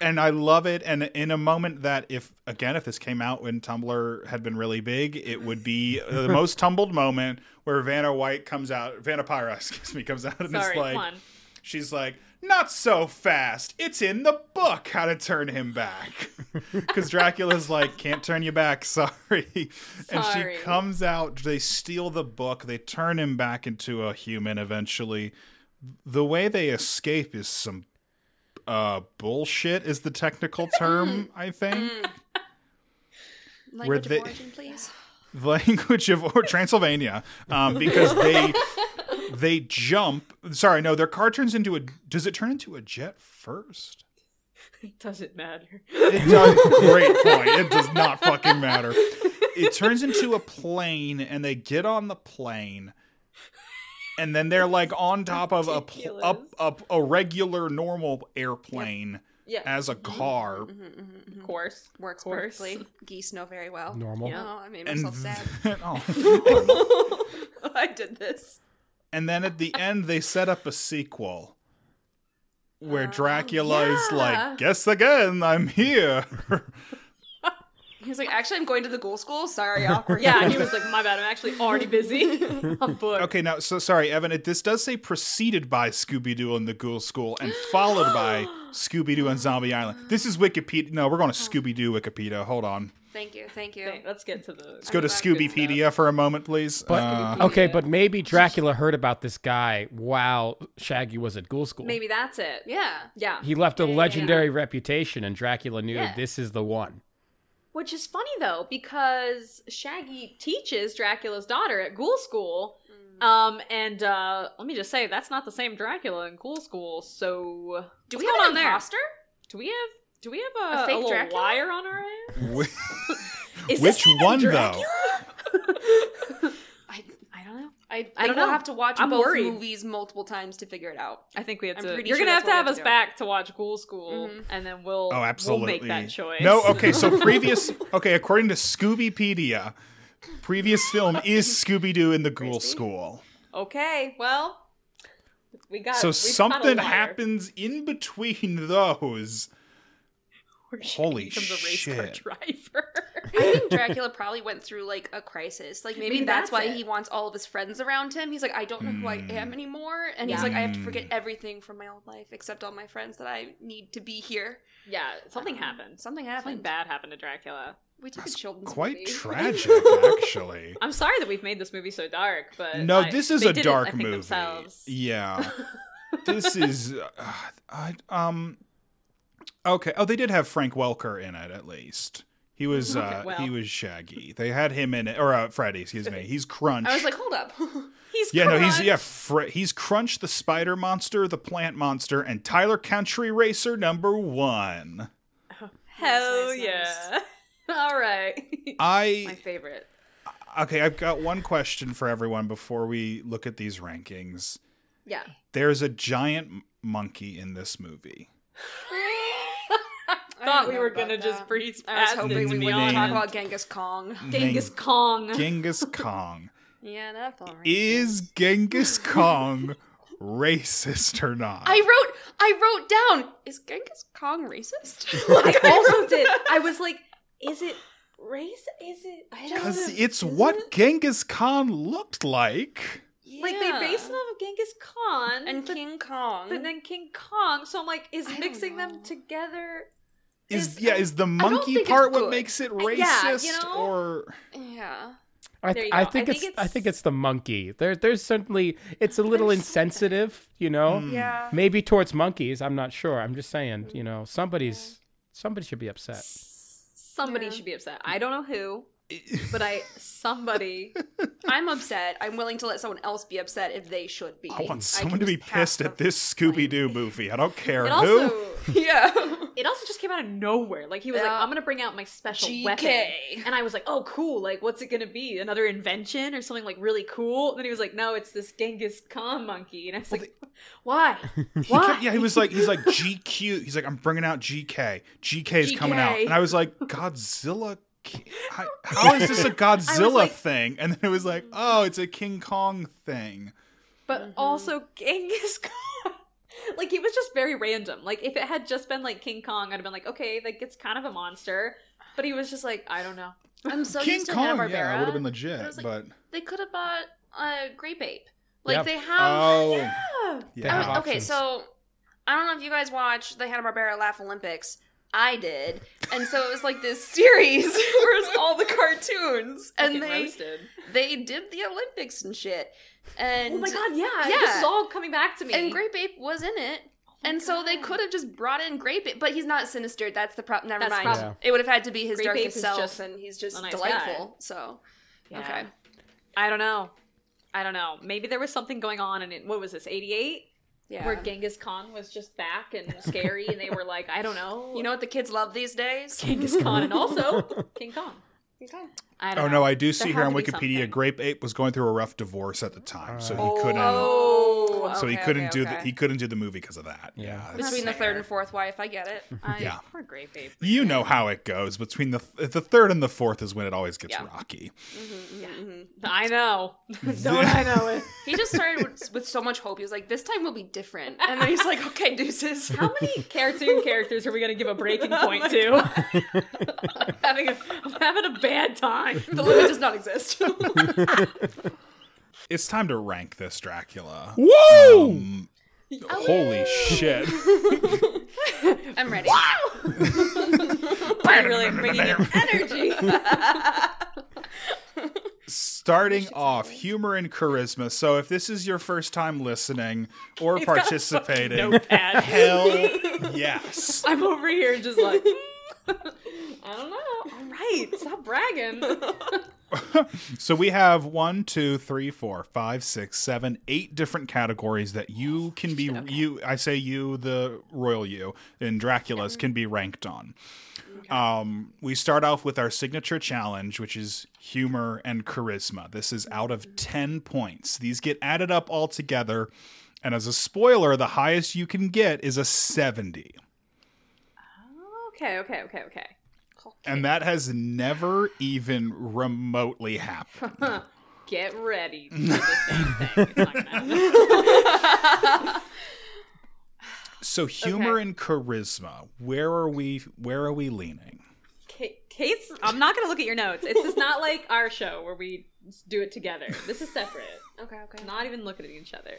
and I love it. And in a moment that, if again, if this came out when Tumblr had been really big, it would be the most tumbled moment where Vanna White comes out, Vanna Pyra, excuse me, comes out and Sorry, is like, one. she's like, not so fast. It's in the book how to turn him back. Because Dracula's like, can't turn you back. Sorry. And Sorry. she comes out. They steal the book. They turn him back into a human eventually. The way they escape is some uh, bullshit, is the technical term, I think. Language they- of origin, please. language of or Transylvania um, because they they jump. Sorry, no, their car turns into a. Does it turn into a jet first? It doesn't matter. It does. great point. It does not fucking matter. It turns into a plane, and they get on the plane. And then they're like on top of a, pl- Ridiculous. up, up a regular normal airplane Yeah, as a Mm-hmm. car, of course. Works course. perfectly. Geese know very well. Normal. Oh, I made and myself sad. then- oh. I did this. And then at the end, they set up a sequel where Dracula is Oh, yeah. like, "Guess again, I'm here." He was like, actually, I'm going to the ghoul school. Sorry, awkward. Yeah, he was like, "My bad. I'm actually already busy. I'm booked." okay, now, so sorry, Evan. It, this does say preceded by Scooby Doo and the Ghoul School and followed by Scooby Doo and Zombie Island. This is Wikipedia. No, we're going to Oh. Scooby Doo Wikipedia. Hold on. Thank you, thank you. Okay, let's get to the. Let's go to Scoobypedia for a moment, please. Uh, Okay, but maybe Dracula heard about this guy while Shaggy was at ghoul school. Maybe that's it. Yeah. Yeah. He left a yeah, yeah. legendary reputation, and Dracula knew Yeah. this is the one. Which is funny though, because Shaggy teaches Dracula's daughter at Ghoul School. Mm. Um, and uh, let me just say that's not the same Dracula in Ghoul School. So Do What's we have going an on there? imposter? do we have do we have a, A fake little Dracula? wire on our hand? whi- Is which this one though? Dracula? I, I don't know. I, think I don't we'll know. have to watch I'm both worried. movies multiple times to figure it out. I think we have I'm to. pretty You're sure gonna have that's to what have we us have to do. Mm-hmm. back to watch Ghoul School, and then we'll Oh, absolutely. we'll make that choice. No, okay. So previous, okay, according to Scoobypedia, previous film is Scooby Doo in the Ghoul School. okay. Well, we got. So Uh, we've something found a liar. happens in between those. Where Shaggy Holy becomes a race car shit. driver. I think Dracula probably went through like a crisis. Like maybe, Maybe that's, that's why it. Hmm. he wants all of his friends around him. He's like, I don't know who I am anymore, and he's Yeah. like, I have to forget everything from my old life except all my friends that I need to be here. yeah, something happened. Um, Something Something happened. bad happened to Dracula. We took a children's Quite movie. tragic, actually. I'm sorry that we've made this movie so dark, but No, I- this is they a did it, I dark think, movie. Themselves. Yeah, this is. Uh, I, um. Okay. Oh, they did have Frank Welker in it at least. He was Okay, uh, well. he was Shaggy. They had him in it, or uh, Freddy. Excuse me. He's Crunch. I was like, hold up. He's Yeah, no, he's corrupt. yeah, fr- he's Crunch the Spider Monster, the Plant Monster, and Tyler Country Racer number one. Hell Nice, nice, yeah! All right, my I favorite. okay, I've got one question for everyone before we look at these rankings. Yeah, There's a giant m- monkey in this movie. I thought don't we know were about gonna just that. breeze I was past hoping it. we to be wouldn't talk named. about Genghis Kong. Genghis Named Kong. Genghis Kong Yeah, that's all right. is Genghis Kong racist or not? I wrote, I wrote down, is Genghis Kong racist? I also did. I was like, is it race? Is it? I don't because know. it's Is what it? Genghis Khan looked like. Like Yeah. they based it off of Genghis Khan and but, King Kong. but then King Kong. So I'm like, is I don't mixing them know. together? Is Is- yeah, is the monkey think it's part what good. makes it you racist know? or yeah. I, There you I go. think I it's, think I it's- think it's the monkey. There there's certainly it's a little There's something. insensitive, you know. Mm. Oh, Yeah. Maybe towards monkeys, I'm not sure. I'm just saying, you know, somebody's somebody should be upset. Somebody Yeah. should be upset. I don't know who, but I somebody. I'm upset. I'm willing to let someone else be upset if they should be. I want can someone to be just pass pissed at the- this Scooby Doo movie. I don't care It who. also yeah. It also just came out of nowhere. Like he was like, Yeah. "I'm gonna bring out my special GK. weapon," and I was like, "Oh, cool! Like, what's it gonna be? Another invention or something like really cool?" And then he was like, "No, it's this Genghis Khan monkey," and I was like, "Why? Why?" Yeah, he was like, he's like GQ. He's like, I'm bringing out GK. GK's coming out, GK. and I was like, Godzilla. Ki- I- How is this a Godzilla like- thing? And then it was like, oh, it's a King Kong thing. but Mm-hmm. also Genghis Khan. like it was just very random. Like if it had just been like King Kong, I'd have been like, okay, like it's kind of a monster. But he was just like, I don't know. I'm so King used to Kong, Hanna-Barbera. yeah, would have been I legit, was like, but they could have bought uh, Grape Ape. Like Yeah. they have. oh, Yeah. yeah. They have Oh, okay, options. so I don't know if you guys watch the Hanna Barbera Laugh Olympics. I did, and so it was like this series where it's all the cartoons, and Fucking they roasted. they did the Olympics and shit. And Oh my god, yeah, Yeah. This is all coming back to me. Oh and Grape Ape was in it. And so they God. could have just brought in Grape Ape, but he's not sinister. That's the problem. Never That's the mind. problem. It would have had to be his Grape Ape darkest is self, just and he's just a nice delightful. guy. So Yeah. okay, I don't know. I don't know. Maybe there was something going on in it. What was this, 88? yeah. Where Genghis Khan was just back and scary, and they were like, I don't know. you know what the kids love these days? Genghis Khan and also King Kong. Okay. I don't Oh know. no, I do see There here had on to be Wikipedia, something. Grape Ape was going through a rough divorce at the time, so Oh. he couldn't. Oh, so he okay, couldn't okay, do the, okay. he couldn't do the movie because of that. Yeah. that's between the fair. third and fourth wife. I get it. I, Yeah. Poor Grape Ape. You know how it goes. Between the th- the third and the fourth is when it always gets Yeah. rocky. I know. don't I know it. He just started with, with so much hope. He was like, "This time will be different," and then he's like, "Okay, deuces." How many cartoon characters are we going to give a breaking point to? I'm, having a, I'm having a bad time. The limit does not exist. It's time to rank this Dracula. Whoa! Um, holy shit! I'm ready. I'm really bringing in energy. Starting off, humor and charisma. So if this is your first time listening or participating, Notepad. hell yes. I'm over here just like, "Hmm, I don't know. All right, stop bragging. So we have one, two, three, four, five, six, seven, eight different categories that you can be you. I say you, the royal you, and Dracula's can be ranked on. Um, we start off with our signature challenge, which is humor and charisma. This is out of ten points. These get added up all together, and as a spoiler, the highest you can get is a seventy. Okay, okay, okay, okay. And that has never even remotely happened. Get ready. to do the same thing. It's not gonna happen. So humor and charisma, where are we where are we leaning? Ka- Kate's. I'm not gonna look at your notes. It's just not like our show where we do it together. This is separate. Okay, okay. Not even looking at each other.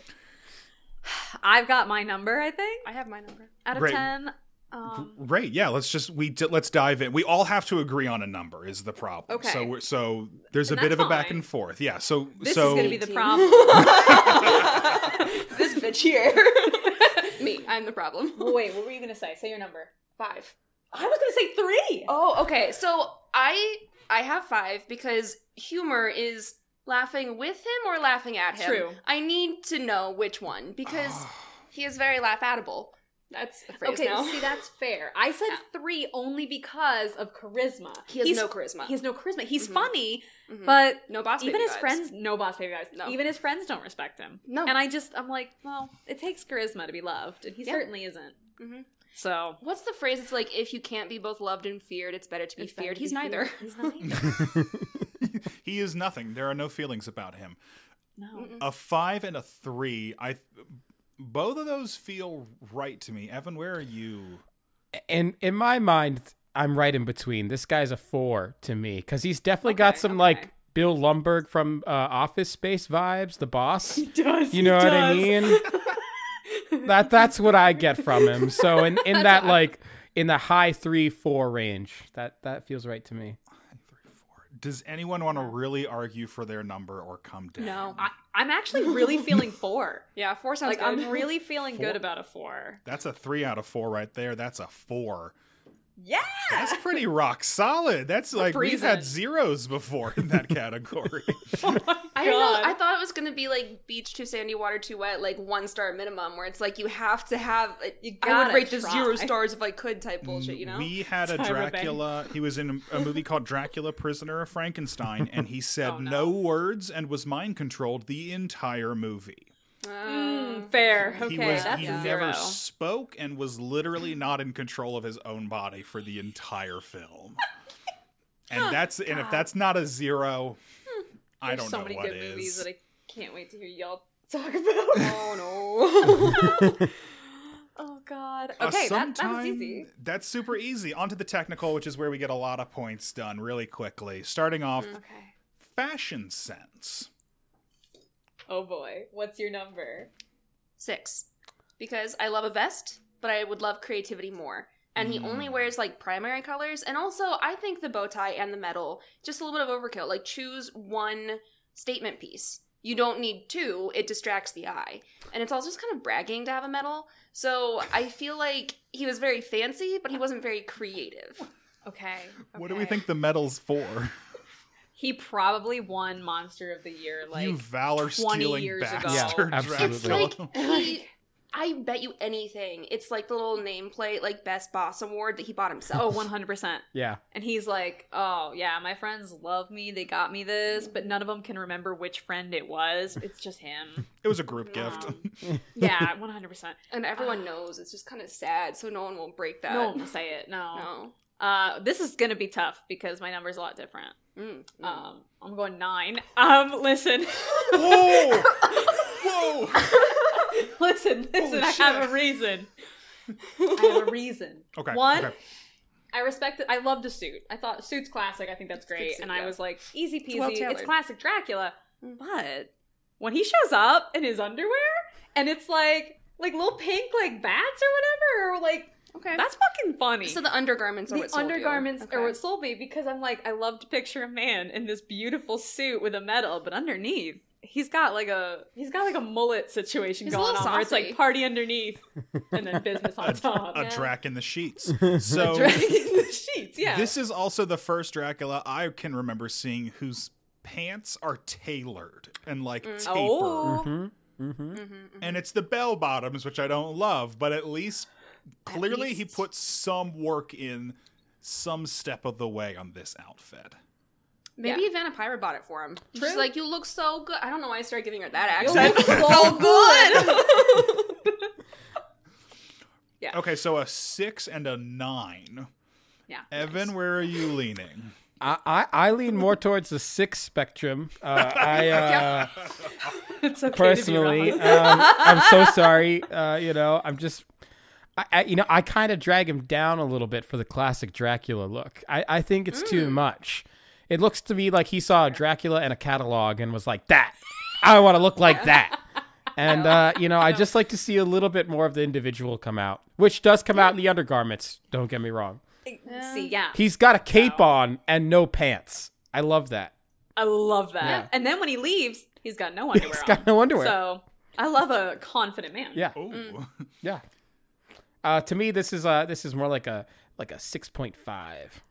I've got my number. I think I have my number. out of Great. ten. Um, Right, yeah, let's just we di- let's dive in. We all have to agree on a number is the problem. Okay. So we're, so there's And a bit that's of a back fine. and forth. Yeah, so this so is gonna be the Eighteen. problem. This bitch here. Me, I'm the problem. Well, wait, what were you gonna say? Say your number. Five. I was gonna say three. Oh, okay. So I I have five because humor is laughing with him or laughing at him. True. I need to know which one because he is very laugh atable. That's a phrase Okay, now. see that's fair. I said three only because of charisma. He has He's- no charisma. He has no charisma. He's Mhm. funny, Mhm. but no boss. even baby his vibes. friends, no boss baby guys. No. Even his friends don't respect him. No. and I just I'm like, well, it takes charisma to be loved, and he Yeah. certainly isn't. Mhm. So What's the phrase? It's like if you can't be both loved and feared, it's better to be It's better feared. to He's be neither. feared. He's not either. he is nothing. There are no feelings about him. no. A 5 and a 3, I both of those feel right to me. Evan, where are you? in in my mind, I'm right in between. This guy's a four to me because he's definitely Okay, got some like okay. Bill Lumberg from uh, Office Space vibes. The boss, does. you know what I mean? that that's what I get from him. So in in that like in the high three four range, that that feels right to me. Does anyone want to really argue for their number or come down? No. I, I'm actually really feeling four. Yeah, four sounds Like good. I'm really feeling Four. good about a four. That's a 3 out of 4 right there. That's a 4. Yeah. That's pretty rock solid. That's like we've breezing had it. zeros before in that category. I don't know. God. I thought it was gonna be like beach too sandy, water too wet, like one star minimum, where it's like you have to have. You I would gotta rate this try. zero stars if I could type bullshit. You know. Mm, We had a Tyra Dracula. He was in a movie called Dracula Prisoner of Frankenstein, and he Oh, said no. words and was mind controlled the entire movie. Oh. Mm, fair. Okay. he was that's he a never zero. spoke and was literally not in control of his own body for the entire film. and that's and if that's not a zero, I Hmm. There's don't so know many what good movies is. that I can't wait to hear y'all talk about. oh no. oh god. Uh, Okay, that, that's sometime- easy. That's super easy. On to the technical, which is where we get a lot of points done really quickly. Starting off, Okay. fashion sense. Oh boy. What's your number? Six. Because I love a vest, but I would love creativity more. And he only wears like primary colors. And also, I think the bow tie and the medal, just a little bit of overkill. Like, choose one statement piece. You don't need two, it distracts the eye. And it's also just kind of bragging to have a medal. So I feel like he was very fancy, but he wasn't very creative. Okay. What do we okay. think the medal's for? He probably won Monster of the Year like you valor 20 stealing years bastard, ago. Yeah, It's absolutely. Dracula. like he, I bet you anything. It's like the little nameplate, like Best Boss Award that he bought Oh, himself. 100%. Yeah. And he's like, "Oh, yeah, my friends love me. They got me this, but none of them can remember which friend it was. It's just him." it was a group gift. Um, yeah, 100%. And everyone knows it's just kind of sad, so Ah. no one will break that. No one will say it. No. No. Uh, this is going to be tough because my number's a lot different. Mm. Um, I'm going nine. Um, listen, Whoa! Whoa! listen, listen. I shit. have a reason. I have a reason. Okay. One, okay. I respect it. I loved a suit. I thought suit's classic. I think that's great. suit, and I yeah. was like, easy peasy. It's, well-tailored. classic Dracula. Mm. But when he shows up in his underwear and it's like like little pink like bats or whatever, or like Okay. that's fucking funny. so the undergarments are the what sold you. undergarments Okay. are what sold me because I'm like, I love to picture a man in this beautiful suit with a medal, but underneath he's got like a he's got like a mullet situation He's a going on little where it's like saucy. party underneath and then business on top. A Yeah. drac in the sheets. So Dragging the sheets, yeah. this is also the first Dracula I can remember seeing whose pants are tailored and like tapered. Oh, Mm-hmm. Mm-hmm. And it's the bell bottoms, which I don't love, but at least clearly he least. put some work in some step of the way on this outfit. Maybe Vanna Pyra bought it for him. She's True. like, "You look so good." I don't know why I started giving her that you accent. look so good. Okay, so a six and a nine. Yeah. Evan, where are you leaning? I, I I lean more towards the six spectrum. Uh, I uh, it's okay personally, to um, be wrong. I'm so sorry. Uh, you know, I'm just. I, I, you know, I kind of drag him down a little bit for the classic Dracula look. I, I think it's too Mm. much. It looks to me like he saw a Dracula and a catalog and was like, "That, I want to look like that." And uh, you know, I just like to see a little bit more of the individual come out, which does come out in Mm. the undergarments. Don't get me wrong. See, yeah, He's got a cape on and no pants. I love that. I love that. Yeah. And then when he leaves, he's got no underwear. He's on. got no underwear. So I love a confident man. Yeah, Ooh. yeah. Uh, to me, this is uh, this is more like a like a six point five.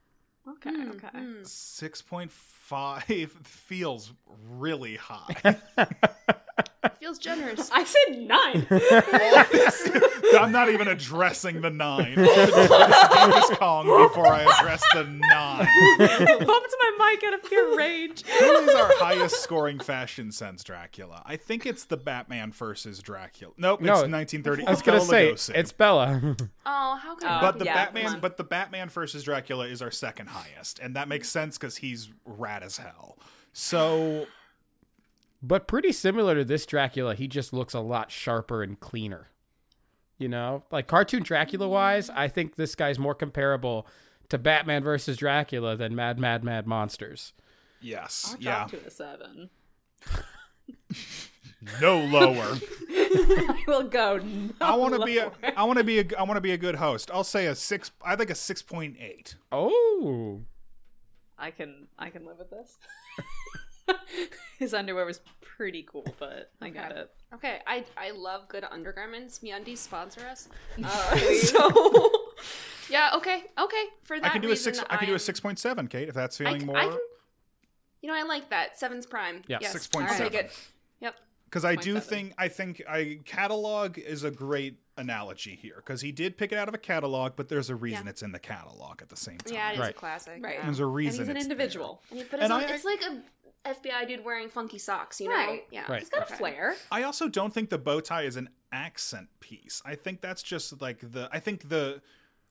Okay. Okay. Mm-hmm. 6.5 feels really high. It feels generous. I said nine. I'm not even addressing the nine. I'll address Genghis Kong before I address the nine. Bumped my mic out of pure rage. Who is our highest scoring fashion sense Dracula? I think it's the Batman versus Dracula. Nope, No, it's 1930. I was gonna say Lugosi. it's Bella. Oh, how could? Oh, Uh, but the yeah, come Batman, on. but the Batman versus Dracula is our second highest, and that makes sense because he's rad as hell. So but pretty similar to this Dracula, he just looks a lot sharper and cleaner. You know, like cartoon Dracula wise, I think this guy's more comparable to Batman versus Dracula than Mad Mad Mad Monsters. yes, I'll yeah, drop to a seven. no lower. I will go. No I want to be a, lower. I want to be a, I want to be a good host. I'll say a six. I think a six point eight. Oh, I can. I can live with this. His underwear was pretty cool, but I got it. Okay, I I Uh, love good undergarments. MeUndies sponsor us. so Yeah. Okay. Okay, okay. For that I can do a reason, six. I can do am- a six point seven, Kate. If that's I feeling c- more, I can- you know, I like that. Seven's prime. Yeah. Yes. 6.7. I'll take it. Yep. because I do 6.7. think I think I catalog is a great analogy here because he did pick it out of a catalog, but there's a reason Yeah. it's in the catalog at the same time. Yeah, it is Right. a classic. Right. yeah. there's a and reason. he's an it's there. individual. And he- But it's, And all- I- it's like a FBI dude wearing funky socks, you know? Right. Yeah. Right. He's got Okay. a flair. I also don't think the bow tie is an accent piece. I think that's just like the I think the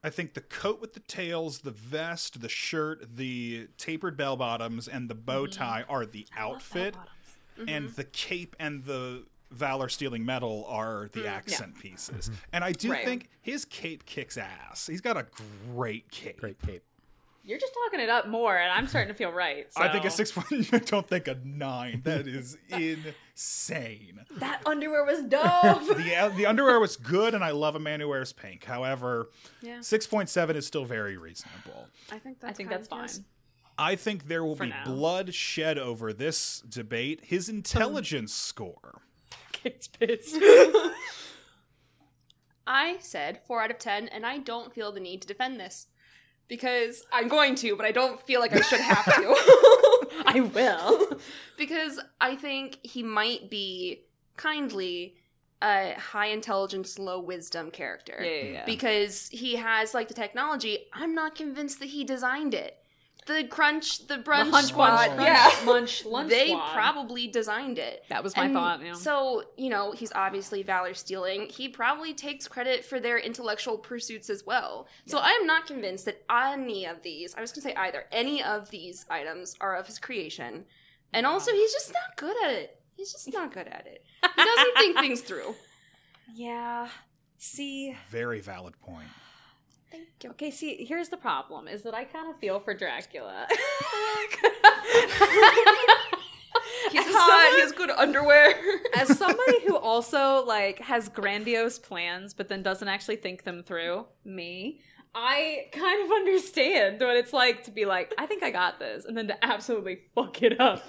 I think the coat with the tails, the vest, the shirt, the tapered bell bottoms, and the bow Mm-hmm. tie are the outfit, and the cape and the valor stealing medal are the accent pieces. And I do Mm, Right. think his cape kicks ass. He's got a great cape. Great cape. You're just talking it up more, and I'm starting to feel right. I think a so. six point. I don't think a nine. That is insane. That underwear was dope. the the underwear was good, and I love a man who wears pink. However, Yeah. six point seven is still very reasonable. I think that's, I think that's fine. I think there will be now. blood shed over this debate. His intelligence score. Kate's pissed. I said four out of ten, and I don't feel the need to defend this because I'm going to, but I don't feel like I should have to. I will. because I think he might be kindly a high intelligence, low wisdom character. Yeah, yeah, yeah. Because he has like the technology. I'm not convinced that he designed it. The crunch, the brunch hunch squad, bunch, yeah, crunch munch lunch they squad. probably designed it. That was my And thought, yeah. So you know, he's obviously valor stealing. He probably takes credit for their intellectual pursuits as well. So I am not convinced that any of these—I was going to say either any of these items are of his creation. And also, he's just not good at it. He's just not good at it. He doesn't think things through. Yeah. See, Very valid point. okay, see, here's the problem is that I kind of feel for Dracula. He's As hot. someone- he has good underwear. As somebody who also like has grandiose plans but then doesn't actually think them through, me, I kind of understand what it's like to be like, I think I got this, and then to absolutely fuck it up.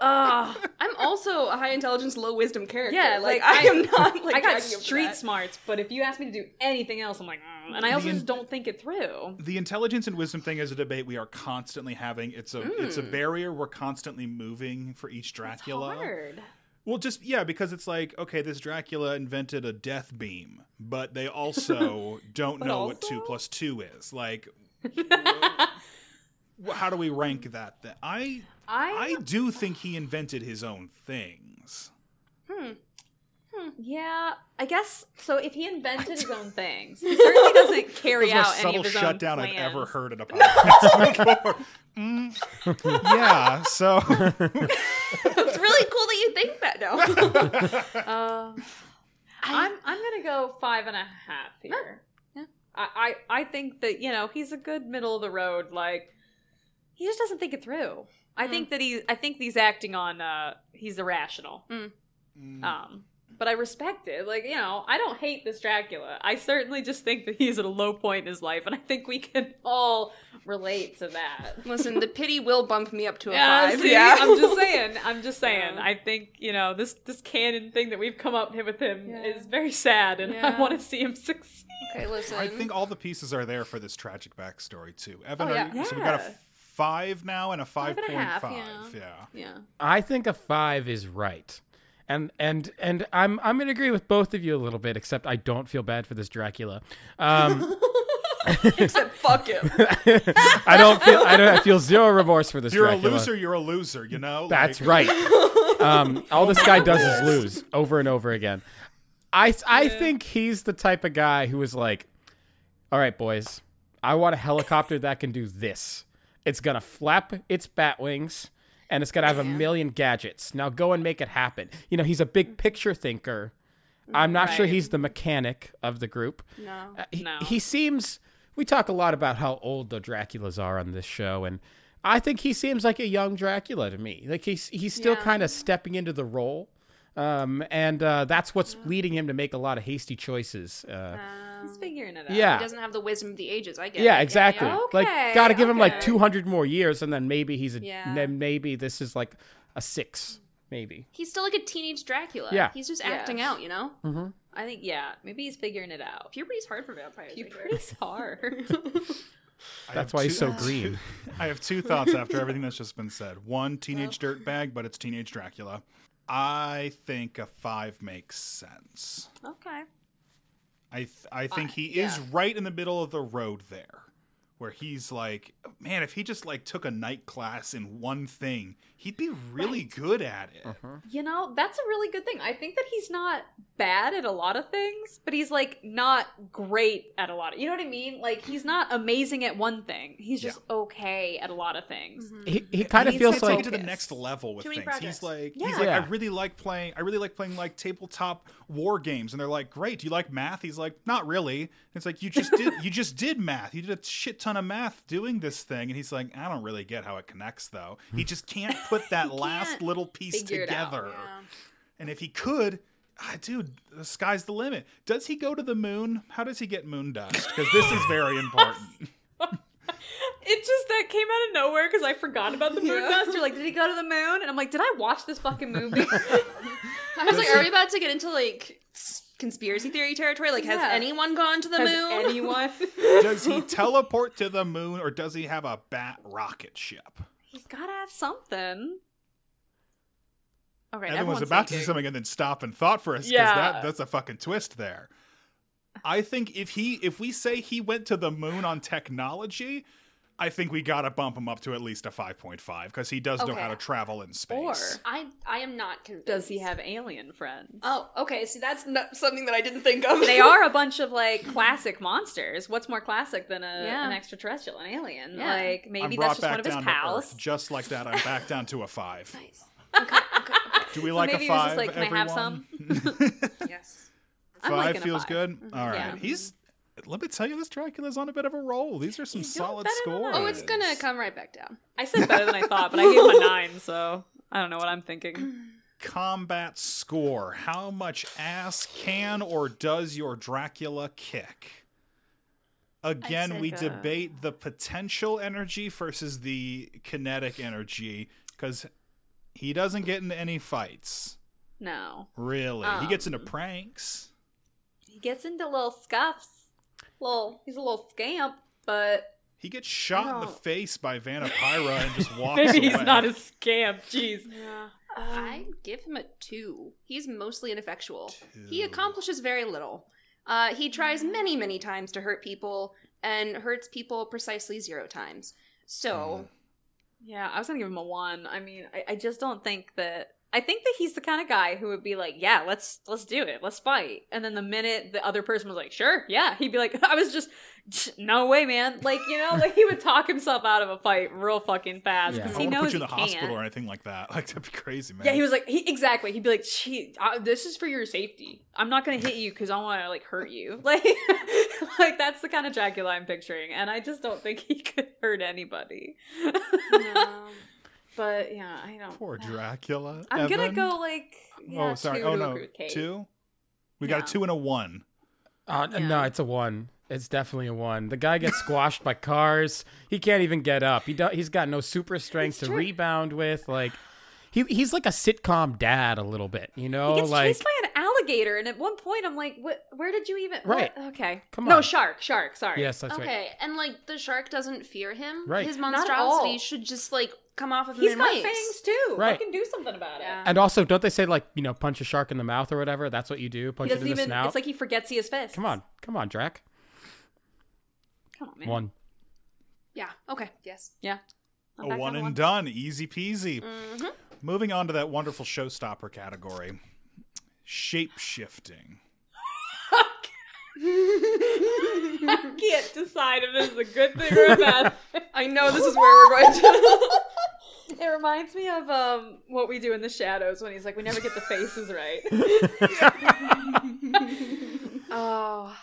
Ugh. I'm also a high intelligence, low wisdom character. Yeah, like, like, I, I- am not. Like, I got dragging you for street that. smarts, but if you ask me to do anything else, I'm like, mm. and I also The just in- don't think it through. The intelligence and wisdom thing is a debate we are constantly having. It's a it's a barrier we're constantly moving for each Dracula. Mm. Hard. Well, just yeah, because it's like okay, this Dracula invented a death beam, but they also don't know what also- two plus two is. Like, wh- how do we rank that? Then I I, I do think he invented his own things. yeah, I guess so. If he invented his own things, he certainly doesn't carry That's the most out any of subtle his shutdown own I've plans. ever heard in a podcast before. Mm, yeah, so It's really cool that you think that now. Uh, I'm I'm gonna go five and a half here. Yeah. I, I I think that you know he's a good middle of the road. Like he just doesn't think it through. I Mm. think that he I think he's acting on uh he's irrational. Mm. Um, but I respect it. Like you know I don't hate this Dracula. I certainly just think that he's at a low point in his life, and I think we can all relate to that. Listen, the pity will bump me up to a Yeah, five. see, yeah, I'm just saying. I'm just saying. Yeah. I think you know this this canon thing that we've come up with him Yeah. is very sad, and Yeah. I want to see him succeed. Okay, listen. I think all the pieces are there for this tragic backstory too. Evan, Oh, are yeah. you- so we got a Yeah. five now and a five Five and a point half, five. yeah. yeah. yeah. I think a five is right. And and and I'm I'm gonna agree with both of you a little bit, except I don't feel bad for this Dracula. Um, Except fuck him. I don't feel I don't I feel zero remorse for this You're Dracula. a loser. You're a loser. You know. That's Like, right. Um, all this guy does is lose over and over again. I, I think he's the type of guy who is like, all right, boys, I want a helicopter that can do this. It's going to flap its bat wings and it's going to have a million gadgets. Now go and make it happen. You know, he's a big picture thinker. I'm not sure Right. he's the mechanic of the group. No. Uh, he, No. he seems we talk a lot about how old the draculas are on this show and i think he seems like a young dracula to me like he's he's still Yeah. kind of stepping into the role um, and uh, that's what's leading him to make a lot of hasty choices uh, He's figuring it out. He yeah doesn't have the wisdom of the ages. I get. yeah it. exactly yeah. Oh, like gotta give him like okay. 200 more years and then maybe he's a Yeah. then maybe this is like a six maybe He's still like a teenage Dracula. Yeah. He's just Yeah. acting out, you know. Mm-hmm. I think yeah, maybe he's figuring it out. Puberty's hard for vampires. I guess. Puberty's hard. I That's have why he's so I have green. two- I have two thoughts after everything that's just been said. One, teenage dirtbag, but it's teenage Dracula. I think a five makes sense. Okay. I th- I think he is yeah. right in the middle of the road there, where he's like, man, if he just like took a night class in one thing, he'd be really good at Uh-huh. it. you know, that's a really good thing. I think that he's not bad at a lot of things, but he's like not great at a lot of. You know what I mean? Like he's not amazing at one thing. He's just okay at a lot of things. He, he Mm-hmm. kind of He feels needs to like take it to the next level with Too many things. He's projects. like, Yeah. he's like, Yeah. I really like playing. I really like playing like tabletop war games. And they're like, great. Do you like math? He's like, not really. And it's like you just did. You just did math. You did a shit ton of math doing this thing. And he's like, I don't really get how it connects though. He just can't put that last little piece figure it out, together. And if he could. Ah, dude, the sky's the limit. Does he go to the moon? How does he get moon dust? Because this is very important. It just that came out of nowhere because I forgot about the moon Yeah. dust. You're like, did he go to the moon? And I'm like, did I watch this fucking movie? I was like, are we about to get into like s- conspiracy theory territory? Like, has Yeah. anyone gone to the Has moon? anyone? Does he teleport to the moon or does he have a bat rocket ship? He's gotta have something. All right, Evan was everyone's about to do thinking. something and then stop and thought for us because Yeah. that, that's a fucking twist there. I think if he if we say he went to the moon on technology, I think we gotta bump him up to at least a five point five because he does know Okay. how to travel in Or space. I I am not convinced. does he have alien friends? Oh, okay. See, that's not something that I didn't think of. they are a bunch of like classic monsters. What's more classic than a, Yeah. an extraterrestrial, an alien? Yeah. Like I'm maybe brought that's just back one of his down to pals. earth just like that. I'm back down to a five. Nice. Do we like maybe a he was five? just like, "Can I have everyone? Yes. I'm five liking a feels five. Mm-hmm. good. All right, Yeah. he's. Let me tell you, this Dracula's on a bit of a roll. These are some doing solid better than scores. I Oh, it's gonna come right back down. I said better than I thought, but I gave him a nine, so I don't know what I'm thinking. combat score. How much ass can or does your Dracula kick? Again, said, we uh, debate the potential energy versus the kinetic energy because he doesn't get into any fights. No, Really, he gets Um. into pranks. he gets into little scuffs. Little, he's a little scamp, but He gets shot in the don't- face by Vanapyra and just walks Oh. maybe away. he's not a scamp. Jeez. Yeah. Um, I give him a two. He's mostly ineffectual. He Two. accomplishes very little. Uh, he tries many, many times to hurt people and hurts people precisely zero times. Hmm. So, Yeah, I was gonna give him a one. I mean, I, I just don't think that. I think that he's the kind of guy who would be like, "Yeah, let's let's do it, let's fight." And then the minute the other person was like, "Sure, yeah," he'd be like, "I was just, no way, man!" Like you know, like he would talk himself out of a fight real fucking fast Yeah. because I he want to knows put you in he the can't. hospital or anything like that. Like that'd be crazy, man. Yeah, he was like, he, exactly. He'd be like, "Gee, uh, this is for your safety. I'm not gonna hit you because I want to like hurt you." Like, like that's the kind of Dracula I'm picturing, and I just don't think he could hurt anybody. no. But yeah, I don't. Poor Dracula. I'm gonna Evan. go like. Yeah, oh, sorry. Two oh to no, agree with Kate. two. We got No. a two and a one. Uh, n- No, Yeah. it's a one. It's definitely a one. The guy gets squashed by cars. He can't even get up. He do- he's got no super strength to rebound with. Like he he's like a sitcom dad a little bit, you know. He gets Oh, like chased by an alligator, and at one point, I'm like, "What? Where did you even?" Right. what? Okay. Come No on. shark. Shark. Sorry. yes, that's right. okay. And like the shark doesn't fear him. Right. His at all. monstrosity should just like come off of him. He's in got waves. fangs too. I Right. can do something about it. Yeah. And also, don't they say like you know punch a shark in the mouth or whatever? That's what you do. He Punch it in doesn't the even. snout. It's like he forgets he has fists. come on, come on, Drac. Come on, man. One. Yeah. Okay. Yes. Yeah. Oh, A one and done, easy peasy. Mm-hmm. Moving on to that wonderful showstopper category, shape shifting. I can't decide if this is a good thing or a bad. thing. I know this is where we're going to. It reminds me of um, what we do in the shadows when he's like, "We never get the faces right." oh.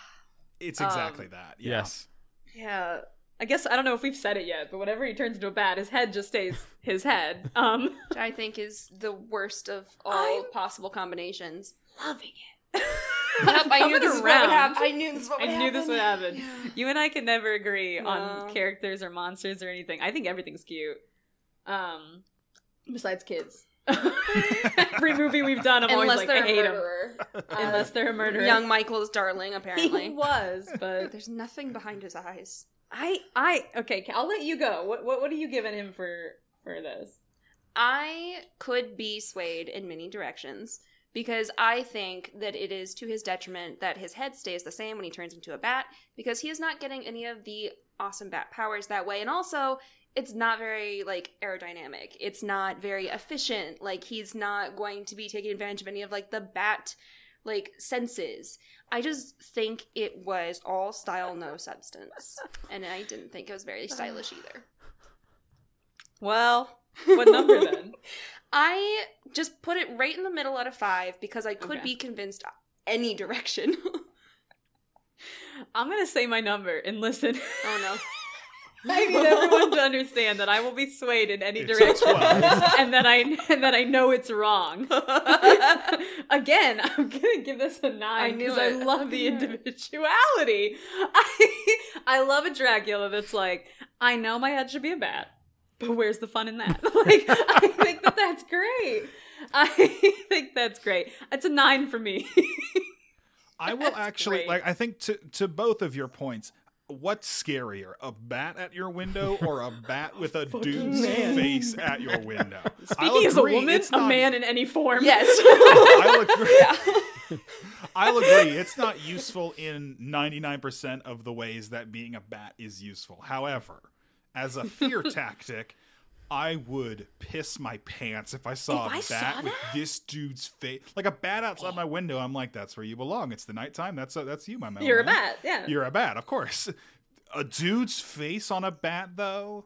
It's Um, exactly that. yeah. Yes. Yeah. I guess I don't know if we've said it yet, but whenever he turns into a bat, his head just stays his head. Um Which I think is the worst of all I'm- possible combinations. loving it. Yep, I knew Coming this is what around. would happen. I knew this. What I would knew this would happen. You and I can never agree No. on characters or monsters or anything. I think everything's cute. Um besides kids. Every movie we've done, I'm Unless always like, they're I a hate them. murderer. Unless they're a murderer. Young Michael's darling, he apparently. was, but There's nothing behind his eyes. I, I, okay, I'll let you go. What, what, what are you giving him for, for this? I could be swayed in many directions because I think that it is to his detriment that his head stays the same when he turns into a bat because he is not getting any of the awesome bat powers that way. And also, it's not very like aerodynamic. It's not very efficient. Like he's not going to be taking advantage of any of like the bat like senses. I just think it was all style no substance. And I didn't think it was very stylish either. Well, what number then? I just put it right in the middle out of five because I could Okay. be convinced any direction. I'm gonna say my number and listen. oh I need everyone to understand that I will be swayed in any It's a direction, 12. and that I and that I know it's wrong. Again, I'm gonna give this a nine knew because I, it. love the Yeah. individuality. I I love a Dracula that's like, I know my head should be a bat, but where's the fun in that? Like, I think that that's great. I think that's great. It's a nine for me. I will actually great. like I think to to both of your points. What's scarier, a bat at your window or a bat with a dude's man. face at your window? Speaking as a woman, a man in any form. no. Yes. I'll agree. I'll agree. It's not useful in 99% of the ways that being a bat is useful. However, as a fear tactic, I would piss my pants if I saw If a I bat saw with this dude's face. Like a bat outside my window, I'm like, that's where you belong. It's the nighttime. That's uh, that's you, my man. You're a bat, yeah. You're a bat, of course. A dude's face on a bat, though.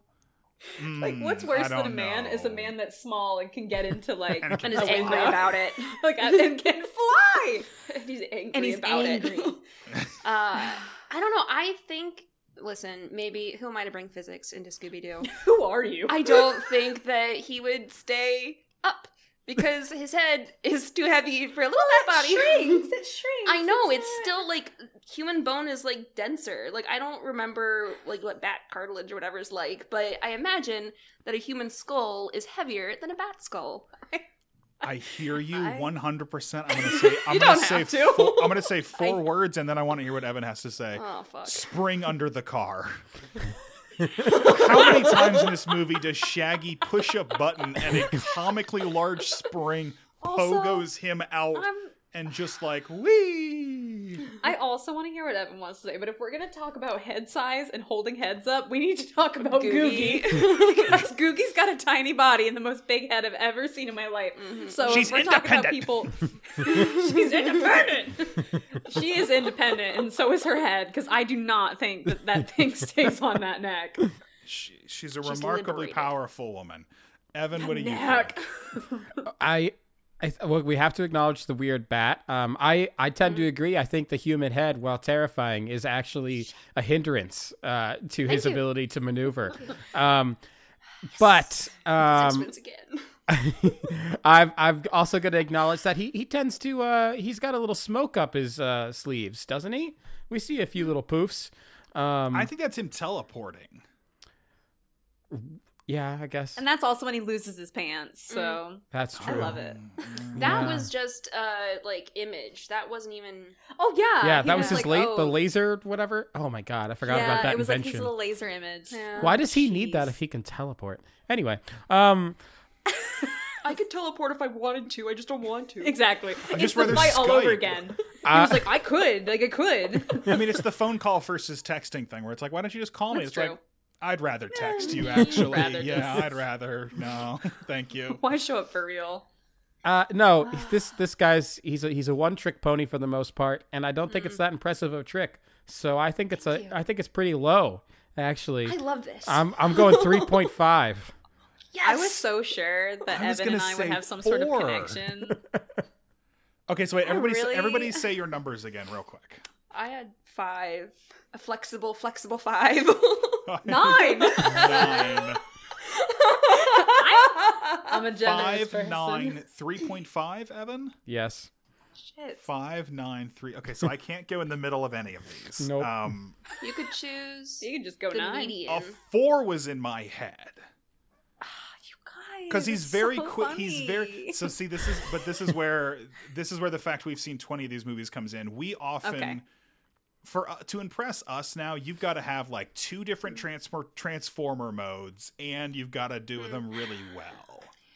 Like, Mm, what's I worse than a don't man is a know. man that's small and can get into like And and can is a fly. angry window. about it. like and can fly. And he's angry he's about angry. it. uh, I don't know. I think. Listen, maybe who am I to bring physics into Scooby Doo? Who are you? I don't think that he would stay up because his head is too heavy for a little bat body. It shrinks. I know it's not- still like human bone is like denser. Like I don't remember like what bat cartilage or whatever is like, but I imagine that a human skull is heavier than a bat skull. I hear you I- 100%. I'm going to say I'm going You don't to say have to. four, I'm going to say four I- words and then I want to hear what Evan has to say. Oh fuck! Spring under the car. How many times in this movie does Shaggy push a button and a comically large spring Also, pogos him out I'm- and just like wee? I also want to hear what Evan wants to say, but if we're gonna talk about head size and holding heads up, we need to talk about Googie. Googie. because Googie's got a tiny body and the most big head I've ever seen in my life. So She's if we're talking about independent. people She's independent. she is independent and so is her head, because I do not think that that thing stays on that neck. She, she's a remarkably liberated. powerful woman. Evan, what do you Neck. think? I, I th- well, we have to acknowledge the weird bat. Um, I, I tend Mm-hmm. to agree. I think the human head, while terrifying, is actually a hindrance uh, to his you. ability to maneuver. Um, but um, Sixpence again. I've I've also got to acknowledge that he he tends to uh he's got a little smoke up his uh sleeves, doesn't he? We see a Hmm. few little poofs. Um I think that's him teleporting. yeah, I guess And that's also when he loses his pants, so that's Mm. I true. love it. That Yeah. was just uh like image. That wasn't even. Oh yeah, Yeah, he that was his like, late oh, the laser whatever. Oh my god, I forgot yeah, about that it was like his invention. little laser image. Yeah. Why does he Oh, need that if he can teleport? Anyway, um I could teleport if I wanted to. I just don't want to. Exactly. it's just the rather fight all over Skype. again. I- he was like, I could, like I could. I mean, it's the phone call versus texting thing where it's like, why don't you just call me? That's it's true. like, I'd rather text you, actually. rather yeah, just- I'd rather. No, thank you. Why show up for real? Uh, "Ah." no, this this guy's he's a he's a one trick pony for the most part, and I don't think it's that impressive of a trick. So I think it's a I you. think it's pretty low actually. I love this. I'm I'm going three point five. yes. Um, I was so sure that I was Evan and gonna I say would have some sort four. of connection. Okay, so wait, everybody, really- everybody say your numbers again, real quick. I had five. A flexible, flexible five. Nine. Nine, I'm a generous five, person. nine, three point five, Evan. Yes. Shit. Five, nine, three. Okay, so I can't go in the middle of any of these. Nope. Um, You could choose You can just go the nine. median. a four was in my head. You dies. because he's It's very so quick he's very funny. so see this is but this is where this is where the fact we've seen 20 of these movies comes in we often Okay. for uh, to impress us now you've got to have like two different transfer transformer modes and you've got to Hmm. do them really well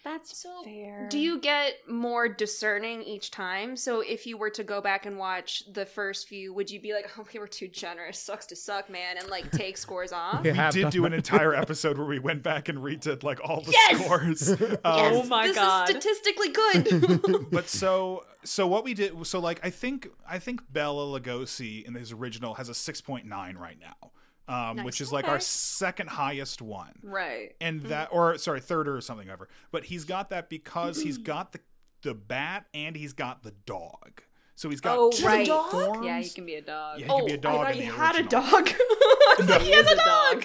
That's So, fair. Do you get more discerning each time? So if you were to go back and watch the first few, would you be like, "Oh, we were too generous. Sucks to suck, man," and like take scores off? Oh. We we have did done do an entire episode where we went back and redid like all the Yes! scores um, Oh my this god. is statistically good. but so so what we did so like I think I think Bella Lugosi in his original has a 6.9 right now um, which is like our Okay. second highest one right. and that or sorry third or something ever but he's got that because he's Mm-hmm. got the the bat and he's got the dog so he's got Oh, two right. Dog? forms Yeah, you can be a dog. Yeah, he could be a Oh, I dog thought in you the had a original. dog. I was like, he has a dog.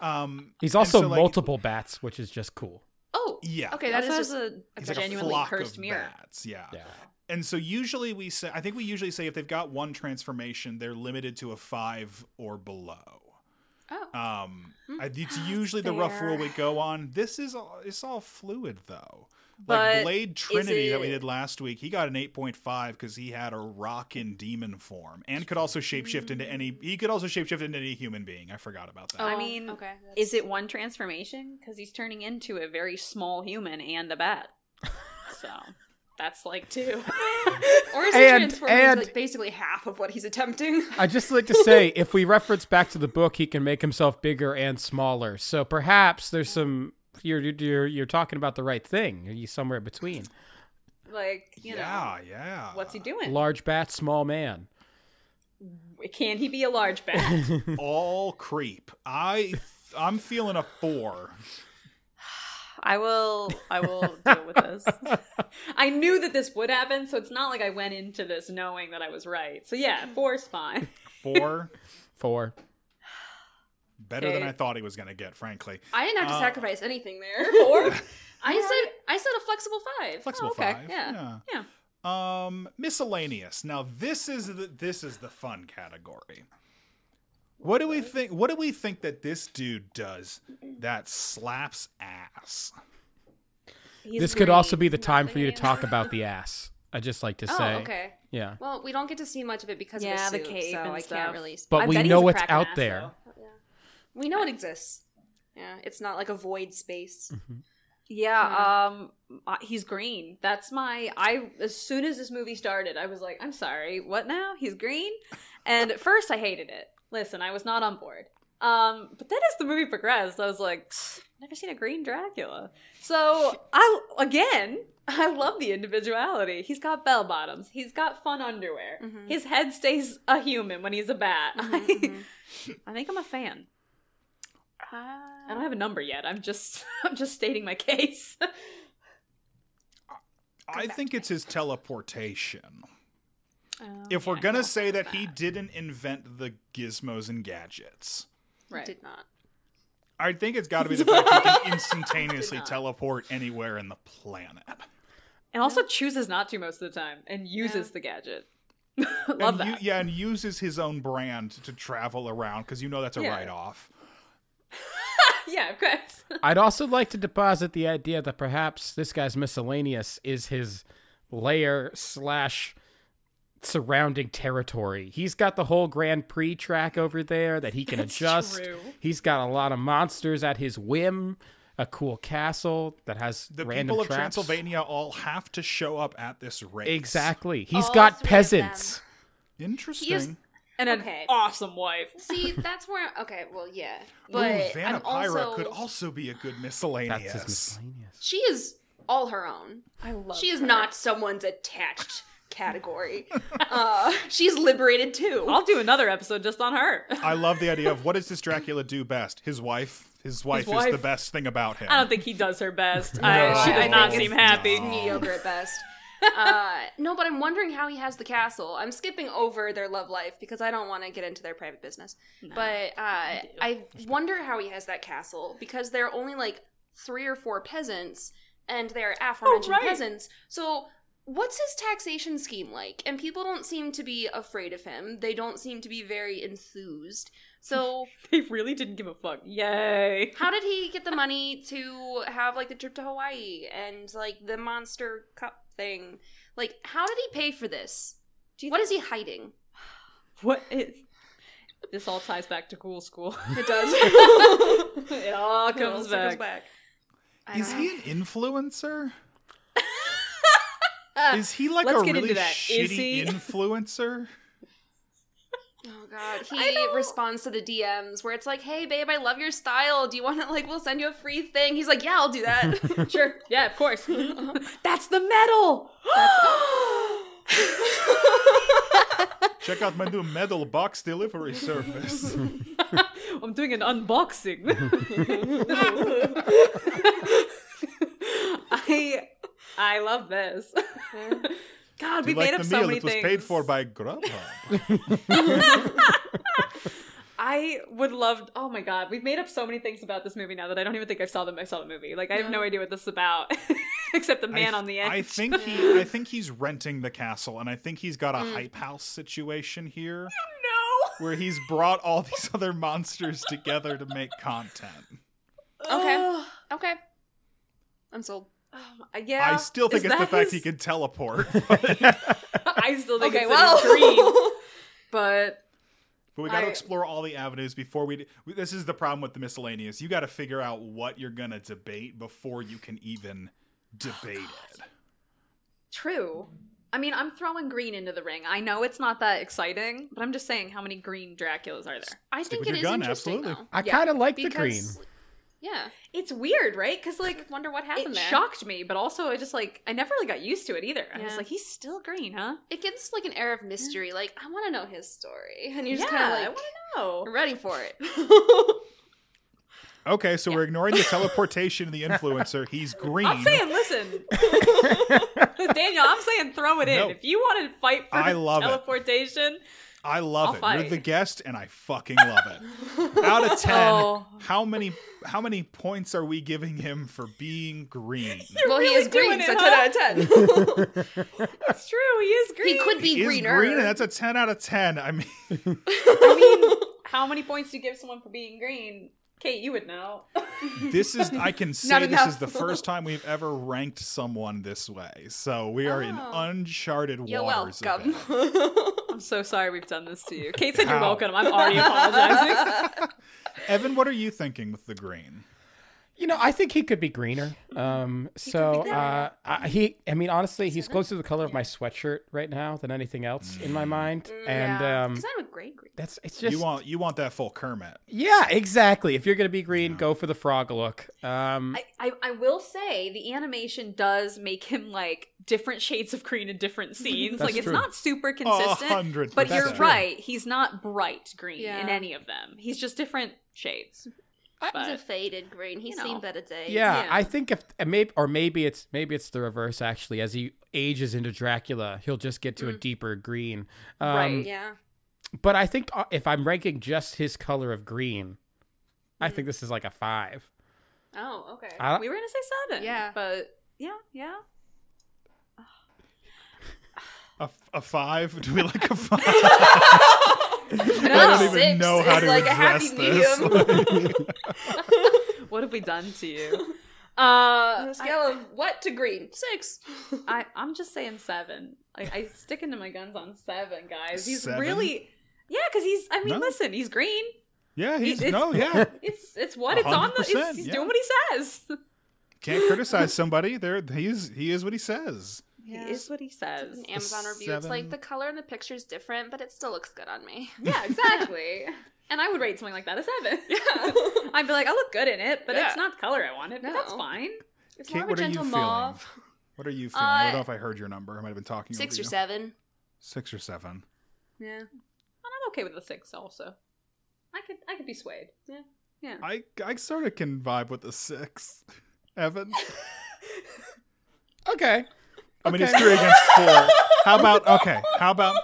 um He's and also so, like, multiple bats, which is just cool. oh, yeah okay, that is Also just has a, he's a like genuinely a flock cursed of mirror. bats yeah. Yeah. and so usually we say i think we usually say if they've got one transformation they're limited to a five or below Oh. um Hmm. I, it's usually the rough Fair. rule we go on this is all it's all fluid though But like blade trinity that we it- did last week he got an 8.5 because he had a rockin' demon form and could also shapeshift into any he could also shapeshift into any human being i forgot about that I mean, Um, okay, Is it one transformation? Because he's turning into a very small human and a bat. so that's like two. or And- is it transforming into, and- like basically half of what he's attempting? I just like to say, if we reference back to the book, he can make himself bigger and smaller. So perhaps there's some you're you're you're talking about the right thing. Are you somewhere between like you yeah yeah know, what's he doing? large bat, small man? Can he be a large bat? all creep i i'm feeling a four I will. I will deal with this. I knew that this would happen, so it's not like I went into this knowing that I was right. So yeah, four's fine. four Four. better than Okay. i thought he was gonna get frankly I didn't have to Uh, sacrifice anything there. Four. I said I said a flexible five. flexible Oh, okay. five. Yeah. yeah. Um, miscellaneous. Now this is the this is the fun category. What do we think? What do we think that this dude does that slaps ass? He's this great. could also be the time for Nothing you to in- talk about the ass. I just like to say, Oh, okay. yeah. Well, we don't get to see much of it because Yeah, of the, the suit, cape so and I stuff. can't really. But I we bet he's know a what's cracking out ass, there. though. We know it exists. Yeah, it's not like a void space. Mm. Yeah, um uh, he's green. That's my I as soon as this movie started, I was like, I'm sorry, what now? He's green? And at first I hated it. Listen, I was not on board. Um but then as the movie progressed, I was like, "Pfft, never seen a green Dracula. So, I again, I love the individuality. He's got bell bottoms. He's got fun underwear. Mhm. His head stays a human when he's a bat. Mhm, mhm. I think I'm a fan. I Uh, don't have a number yet. I'm just I'm just stating my case. I back think to it's his teleportation. Um, If we're yeah, I gonna don't say know that he didn't invent the gizmos and gadgets, Right. Did not. I think it's got to be the fact he can instantaneously teleport anywhere in the planet. and also chooses not to most of the time and uses Yeah. the gadget. Love and u- that. yeah, and uses his own brand to travel around because you know that's a Yeah. write-off. yeah, of course. I'd also like to deposit the idea that perhaps this guy's miscellaneous is his layer slash surrounding territory. He's got the whole Grand Prix track over there that he can That's adjust. true. He's got a lot of monsters at his whim, a cool castle that has the random people of traps. Transylvania all have to show up at this race. Exactly. He's All got three of peasants. Interesting. He is- And an Okay. awesome wife. See, that's where. Okay, well, yeah, Ooh, but I'm Vanna Pyra also, could also be a good That's miscellaneous. his miscellaneous. She is all her own. I love She is her. not someone's attached category. uh, she's liberated too. I'll do another episode just on her. I love the idea of what does this Dracula do best? His wife. His wife is wife. the best thing about him. I don't think he does her best. I, she I does think not it's seem happy. It's mediocre at best. Uh, no, but I'm wondering how he has the castle. I'm skipping over their love life because I don't want to get into their private business. But uh, I wonder how he has that castle because there are only like three or four peasants, and they are aforementioned Oh, right. peasants. So. What's his taxation scheme like? And people don't seem to be afraid of him. They don't seem to be very enthused. So They really didn't give a fuck. Yay. how did he get the money to have like the trip to Hawaii and like the monster cup thing? Like, how did he pay for this? Do you What is he hiding? What is this all ties back to cool school. It does. it all comes back. I Is don't he know. an influencer? Is he like Let's a get into really that. Is shitty he- influencer? Oh god, I he don't- responds to the DMs where it's like, "Hey babe, I love your style. Do you want to like we'll send you a free thing?" He's like, "Yeah, I'll do that." Sure. Yeah, of course. That's the medal. Check out my new metal box delivery service. I'm doing an unboxing. I I love this. God, Do we you like the made up meal so many it was things. paid for by Grubhub? I would love. Oh my god, we've made up so many things about this movie now that I don't even think I saw them. I saw the movie. Like I have no idea what this is about, except the man I, on the edge. I think he, I think he's renting the castle, and I think he's got a Mm. hype house situation here, no. where he's brought all these other monsters together to make content. Uh. Okay. okay. I'm sold. Um, yeah. I still think Is it's the that fact his- he can teleport, I still think Okay, it's well. a dream. But But we got to I- explore all the avenues before we, we. This is the problem with the miscellaneous. You got to figure out what you're gonna debate before you can even Oh, debate it. True. I mean, I'm throwing green into the ring. I know it's not that exciting, but I'm just saying how many green Draculas are there? I Stick think with it your is gun, interesting absolutely. though. I Yeah, kind of like the green. Because yeah, It's weird, right? Because, like, like wonder what happened it there. shocked me, but also I just, like, I never really got used to it either. I was Yeah. like, he's still green, huh? It gives like an air of mystery. Like I want to know his story, and you're yeah, just kind I of like want to know. ready for it. Okay, so we're ignoring the teleportation and the influencer. He's green. I'm saying, listen, Daniel, I'm saying throw it in. No. If you want to fight for I love it. teleportation, I love I'll it. You're fight. the guest, and I fucking love it. Out of ten, Oh. how many how many points are we giving him for being green? well, he really is green, doing it, so huh? ten out of ten. it's true. He is green. he could be He is greener. green, and that's a ten out of ten. I mean, I mean, how many points do you give someone for being green? Kate, you would know. this is I can Not say this enough. is the first time we've ever ranked someone this way. So we are in Oh. uncharted You're waters. a welcome. bit. I'm so sorry we've done this to you. Kate said you're How? welcome. I'm already apologizing. Evan, what are you thinking with the green? You know, I think he could be greener. Um, so uh, I, he, I mean, honestly, he's closer to the color of my sweatshirt right now than anything else in my mind, and Mm, yeah. um, 'Cause I'm a gray green. that's it's just Mm. you want you want that full Kermit. yeah, exactly. If you're gonna be green, go for the frog look. Um, I, I, I will say the animation does make him like different shades of green in different scenes. That's like it's true. Oh, not super consistent. 100%. But That's you're true. right. He's not bright green in Yeah. any of them. He's just different shades. He's a But faded green. He's you know. seen better days. yeah, yeah. I think if and maybe or maybe it's maybe it's the reverse actually. As he ages into Dracula, he'll just get to a deeper green. Um, Right. Yeah. But I think uh, if I'm ranking just his color of green, I think this is like a five. Oh, okay. I, we were gonna say seven. Yeah. But yeah, yeah. A, a five? Do we like a five? No, I don't even six know how is to like a address happy this. What have we done to you? Uh On a scale of what to green? Six. I, I'm just saying seven. Like I sticking to my guns on seven, guys. He's Seven? really, yeah, because he's. I mean, No. listen, he's green. yeah, he's It's- no, yeah. It's it's what it's on the. It's, 100%, he's yeah. doing what he says. Can't criticize somebody. There, he's he is what he says. He is what he says. An Amazon review. It's seven. like the color in the picture is different, but it still looks good on me. Yeah, exactly. and I would rate something like that a seven. Yeah, I'd be like, I look good in it, but Yeah. it's not the color I wanted. But that's No. fine. It's Kate, more of what a are you gentle feeling? mauve. What are you feeling? I Uh, don't know if I heard your number. I might have been talking Six over or you. seven. Six or seven. Yeah. And I'm okay with the six also. I could I could be swayed. Yeah. I I sort of can vibe with the six. Evan, okay. I mean Okay. it's three against four. How about okay? How about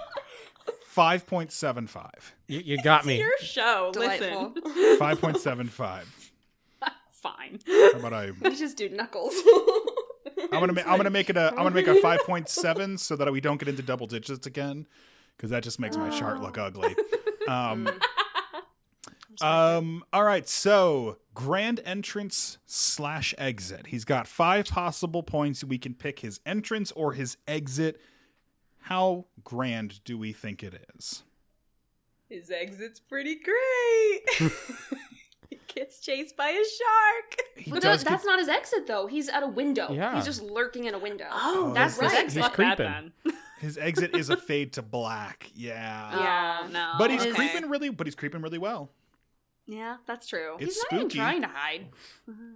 five point seven five? You, you got me. Your show. Delightful. Listen. Five point seven five. fine. How about I? We just do knuckles. I'm gonna ma- I'm gonna make it a I'm gonna make a five point seven so that we don't get into double digits again because that just makes my chart look ugly. Um, Who's my favorite? Um. All right. So grand entrance slash exit. He's got five possible points. We can pick his entrance or his exit. How grand do we think it is? His exit's pretty great. he gets chased by a shark. He Well, does no, get- that's not his exit though. He's at a window. Yeah. He's just lurking in a window. Oh, that's that's his right. exit. He's Fuck that creeping. then. his exit is a fade to black. Yeah. Yeah. Yeah, Oh, no. But he's okay. creeping really. But he's creeping really well. Yeah, that's true. It's He's not even spooky. trying to hide.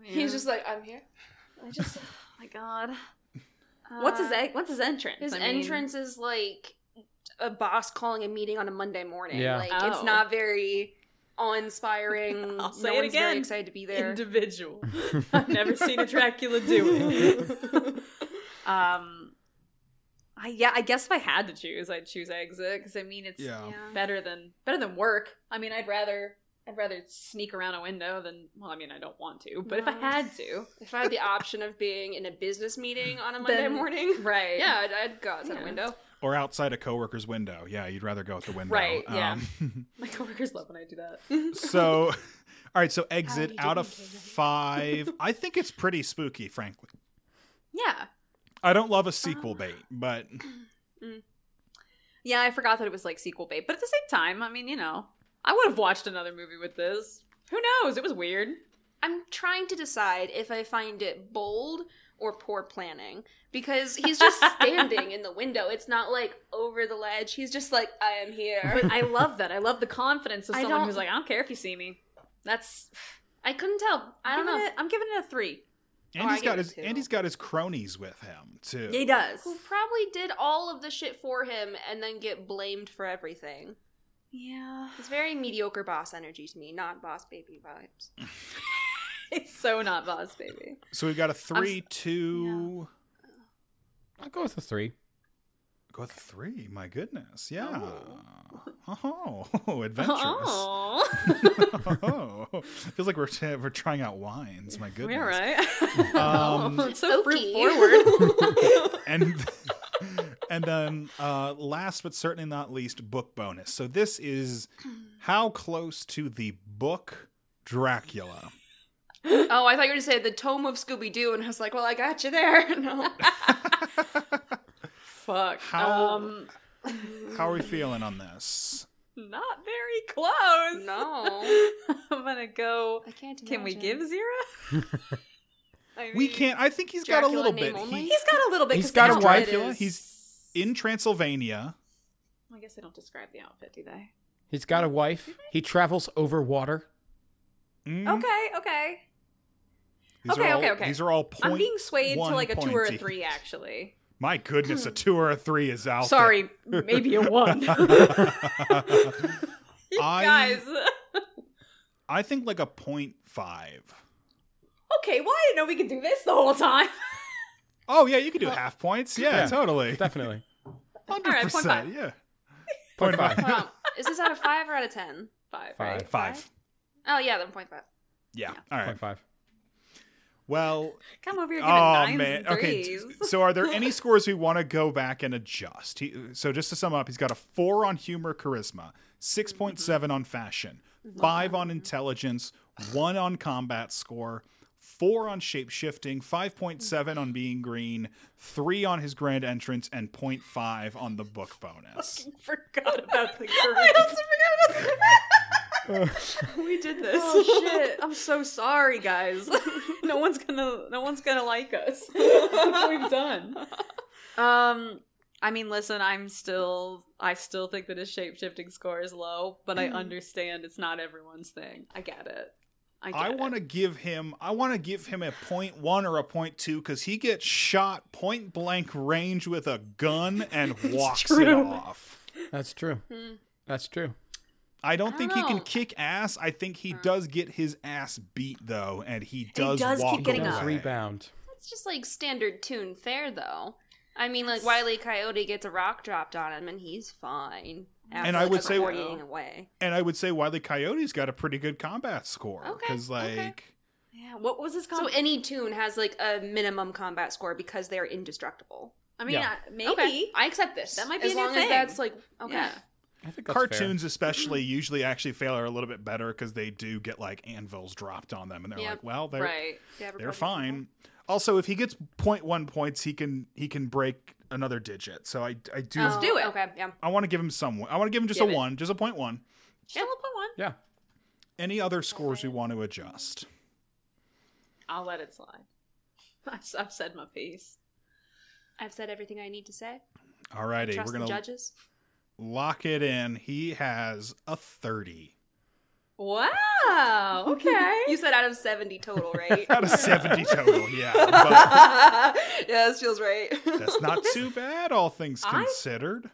He's just like, I'm here. I just. Oh my god. What's his Uh, e- What's his entrance? His I mean- entrance is like a boss calling a meeting on a Monday morning. Yeah. Like Oh. it's not very awe-inspiring. I'll say no it one's again. very excited to be there. individual. I've never seen a Dracula do it. um, I yeah, I guess if I had to choose, I'd choose exit because I mean it's Yeah. better than better than work. I mean, I'd rather I'd rather sneak around a window than well, I mean, I don't want to, but if I No. had to, If I had the option of being in a business meeting on a Monday Then- morning, right? yeah, I'd, I'd go outside Yeah. a window. Or outside a coworker's window. Yeah, you'd rather go at the window. Right, yeah. Um, my coworkers love when I do that. so all right so exit you out of didn't kill me. five i think it's pretty spooky frankly Yeah, i don't love a sequel Uh-huh. bait but Oh, Yeah, I forgot that it was like sequel bait, but at the same time, I mean, you know, I would have watched another movie with this. Who knows? It was weird. I'm trying to decide if I find it bold or poor planning because he's just standing in the window. It's not like over the ledge. He's just like, I am here. But I love that. I love the confidence of I someone don't- who's like, I don't care if you see me. That's I couldn't tell. I don't giving know. It, I'm giving it a three. and he's got I give it his two. and he's got his cronies with him too He does. Who probably did all of the shit for him and then get blamed for everything. Yeah, It's very mediocre boss energy to me, not boss baby vibes. it's so not boss baby. so we've got a three two I'll go with a three. go with a three my goodness yeah oh, adventurous Oh, oh. feels like we're t- we're trying out wines my goodness we're right. Um, it's so fruit Oaky. forward. and and then uh, last but certainly not least, book bonus. So this is how close to the book Dracula. Oh, I thought you were going to say the Tome of Scooby Doo, and I was like, well, I got you there. No. Fuck. How- Um, How are we feeling on this? not very close. No. I'm gonna go. I can't Can we give zero? I We mean, can't. I think he's got a Dracula little name bit. only? He, He's got a little bit. He's 'cause got the a outfit Dracula. is- He's in Transylvania. I guess they don't describe the outfit, do they? He's got a wife. He travels over water. Mm, Okay. Okay. These okay, Are all, okay, okay. These are all point. I'm being swayed one to like a two or a pointy. three, actually. My goodness, a two or a three is out. there. Hmm. Sorry, maybe a one. You I- guys. I think like a point five. Okay, well, I didn't know we could do this the whole time. Oh yeah, you could do half points. Yeah, Yeah. totally. Definitely. Hundred right, point percent. five. Yeah. Point Point five. Hold on. Is this out of five or out of ten? Five. Five. Right? Five. Oh, yeah, then point five. Yeah. All right. Point five. Well, Come over here, give oh nines man. and Okay. threes. t- So, are there any scores we want to go back and adjust? He, so, just to sum up, he's got a four on humor, charisma, six Mm-hmm. point seven on fashion, five on intelligence, one on combat score. Four on shapeshifting, 5.7 on being green, three on his grand entrance, and 0.5 on the book bonus. forgot about the Oh, I also forgot about the We did this. Oh shit! I'm so sorry, guys. no one's gonna, no one's gonna like us. We've done. Um, I mean, listen, I'm still, I still think that his shape shifting score is low, but I understand it's not everyone's thing. I get it. I, get I it. want to give him. I want to give him a point one or a point two because he gets shot point blank range with a gun and walks it true. off. That's true. That's true. I don't think he can Oh. know. kick ass. I think he does get his ass beat though, and he does, Mm. does keep walk getting away. Does up. Rebound. That's just like standard tune fare, though. I mean, like Wiley E. Coyote gets a rock dropped on him, and he's fine. After, And I like, would say- partying away. And I would say Wiley Coyote's got a pretty good combat score Okay, because, okay. like, Yeah. What was his? So Com- any tune has like a minimum combat score because they're indestructible. I mean, Yeah. I maybe. Okay, I accept this. That might be as a new long thing. as that's like okay. Yeah. I think that's fair. cartoons especially usually actually fail are a little bit better because they do get like anvils dropped on them and they're Yep. like well they're Right. Yeah, everybody- they're fine also if he gets 0.1 points he can he can break another digit so i i do Let's do it. Oh, Okay, yeah. i want to give him some i want to give him just Give a it. one just a point one Yeah, we'll put one. Yeah. any other scores we want to adjust I'll let it slide. I've, I've said my piece. I've said everything I need to say. all righty Trust we're gonna the judges. lock it in he has a 30 Wow. Oh, Okay. you said out of 70 total, right? out of 70 total yeah but yeah, this feels right. that's not too bad all things I- considered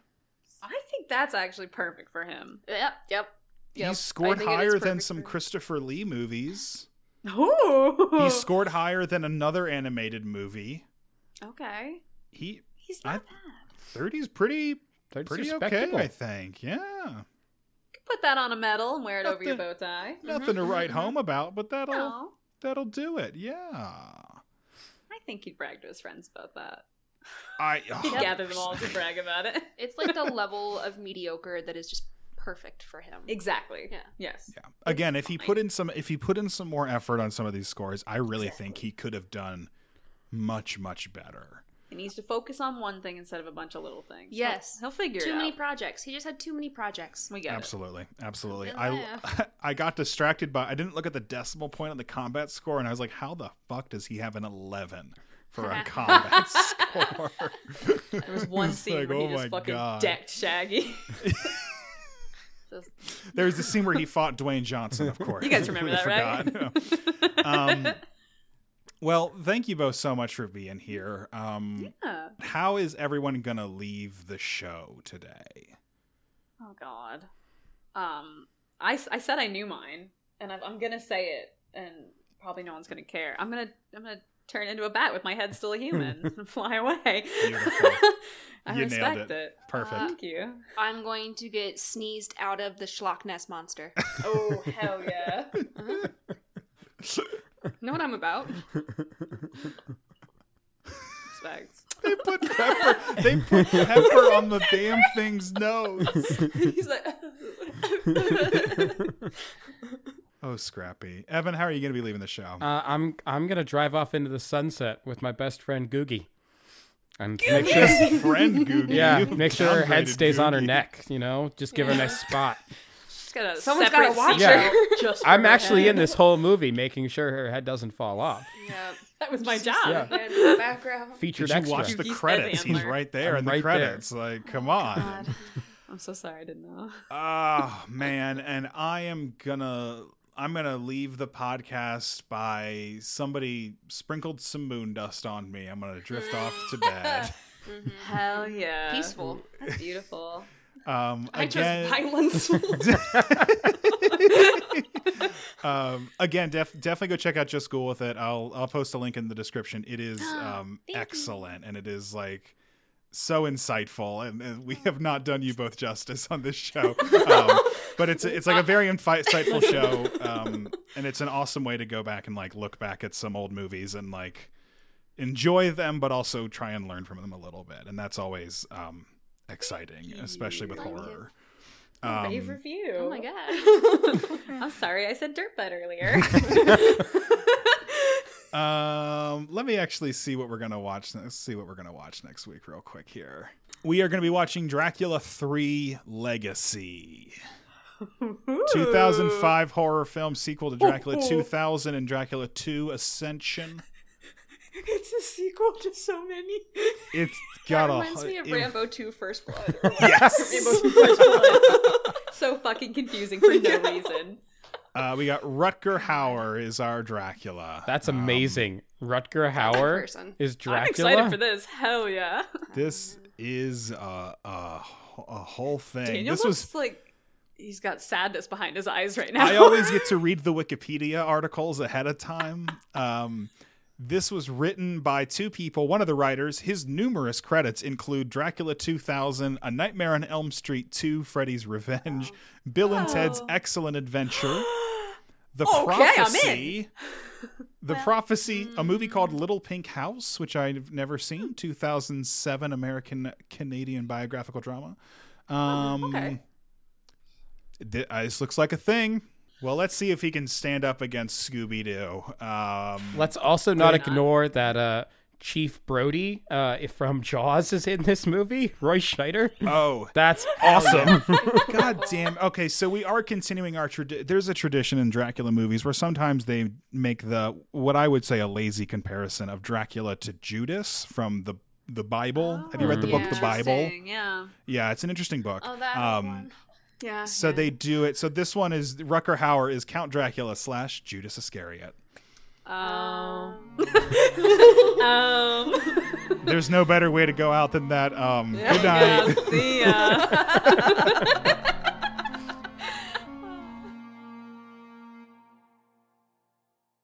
I think that's actually perfect for him. yep, yep. he yep. I scored think it is higher than perfect some for- christopher lee movies Ooh. he scored higher than another animated movie. okay. He He's I- not bad. 30's pretty That's pretty okay, respectable. I think. Yeah. Mm-hmm, Put that on a medal and wear it over your Nothing. bow tie. Nothing to mm-hmm. write home about, but that'll No, that'll do it. Yeah. I think he'd brag to his friends about that. I He'd gather them all to brag about it. It's like the level of mediocre that is just perfect for him. Exactly. Yeah. Yes. Yeah. Again, if he put in some if he put in some more effort on some of these scores, I really think he could have done much much better. He needs to focus on one thing instead of a bunch of little things. Yes. He'll, he'll figure Too it many out. projects. He just had too many projects. we got it. Absolutely. Absolutely. Yeah. I I got distracted by I didn't look at the decimal point on the combat score and I was like, how the fuck does he have an 11 for a combat score? There was one It's scene like, where he oh just my fucking God. decked Shaggy. Just- There was the scene where he fought Dwayne Johnson, of course. You guys remember Completely that, forgot. um, well, thank you both so much for being here. Um, yeah. How is everyone going to leave the show today? Oh God. Um, I, s- I said I knew mine, and I'm, I'm gonna say it, and probably no one's gonna care. I'm gonna I'm gonna turn into a bat with my head still a human and fly away. Beautiful. I You nailed respect it. it. Perfect. Thank you. I'm going to get sneezed out of the Schlock Ness monster. Oh hell yeah. know what I'm about? Respect. they put pepper. They put pepper on the damn thing's nose. He's like. Oh, Scrappy. Evan, how are you going to be leaving the show? Uh, I'm I'm gonna drive off into the sunset with my best friend Googie, and make sure Friend Googie. yeah, you make sure her head downgraded stays on her Googie. neck. You know, just give her a nice spot. Just got a Someone's separate gotta watch seat her. belt Just for I'm her actually head. in this whole movie making sure her head doesn't fall off. Yeah. That was my job. Yeah. And in the background. Featured Did you extra. watch the Googie's head credits? He's antler. right there I'm in the right there. credits. Like, come on. I'm so sorry I didn't know. Oh man, and I am gonna I'm gonna leave the podcast by somebody sprinkled some moon dust on me. I'm gonna drift off to bed. Hell Oh, yeah. Mm-hmm. Peaceful. That's beautiful. Um, again, I chose violence. um, again, def- definitely go check out Just School with It. I'll I'll post a link in the description. It is um, excellent, and it is like so insightful. And, and we have not done you both justice on this show, um, but it's it's like a very infi- insightful show, um, and it's an awesome way to go back and like look back at some old movies and like enjoy them, but also try and learn from them a little bit. And that's always um, exciting, especially with horror. Um, Rave review. Oh my god. I'm sorry, I said dirt butt earlier. Um, let me actually see what we're gonna watch. Let's see what we're gonna watch next week, real quick. Here, we are gonna be watching Dracula Three Legacy, 2005 horror film sequel to Dracula 2000 and Dracula 2 Ascension. it's a sequel to so many. It's That got a reminds me of it- Rambo 2 First Blood. Yes, so fucking confusing for no reason. uh, we got Rutger Hauer is our Dracula. That's Um, amazing. Rutger Hauer person. is I'm Dracula. excited for this. Hell yeah. this is uh, a a whole thing. Daniel this looks was like he's got sadness behind his eyes right now. I always get to read the Wikipedia articles ahead of time. Um, this was written by two people. One of the writers, his numerous credits include Dracula 2000, A Nightmare on Elm Street 2, Freddy's Revenge, Bill and Oh. Ted's Excellent Adventure, The Okay, I'm in. mm. Prophecy, The Prophecy, a movie called Little Pink House, which I've never seen, Hmm. 2007 American Canadian biographical drama. Um, Oh, okay. th- uh, this looks like a thing. Well, let's see if he can stand up against Scooby Doo. Um, Let's also not ignore that uh, Chief Brody uh, from Jaws is in this movie. Roy Scheider. oh, That's awesome. God damn. Okay, so we are continuing our tradi- there's a tradition in Dracula movies where sometimes they make the what I would say a lazy comparison of Dracula to Judas from the the Bible. Have you read the Oh, book The Bible? interesting, Yeah. Yeah, it's an interesting book. Oh, that Um, one. Yeah. So they do it. So this one is Rucker Hauer is Count Dracula slash Judas Iscariot. Oh. um. There's no better way to go out than that. Um, good night. Yeah, see ya.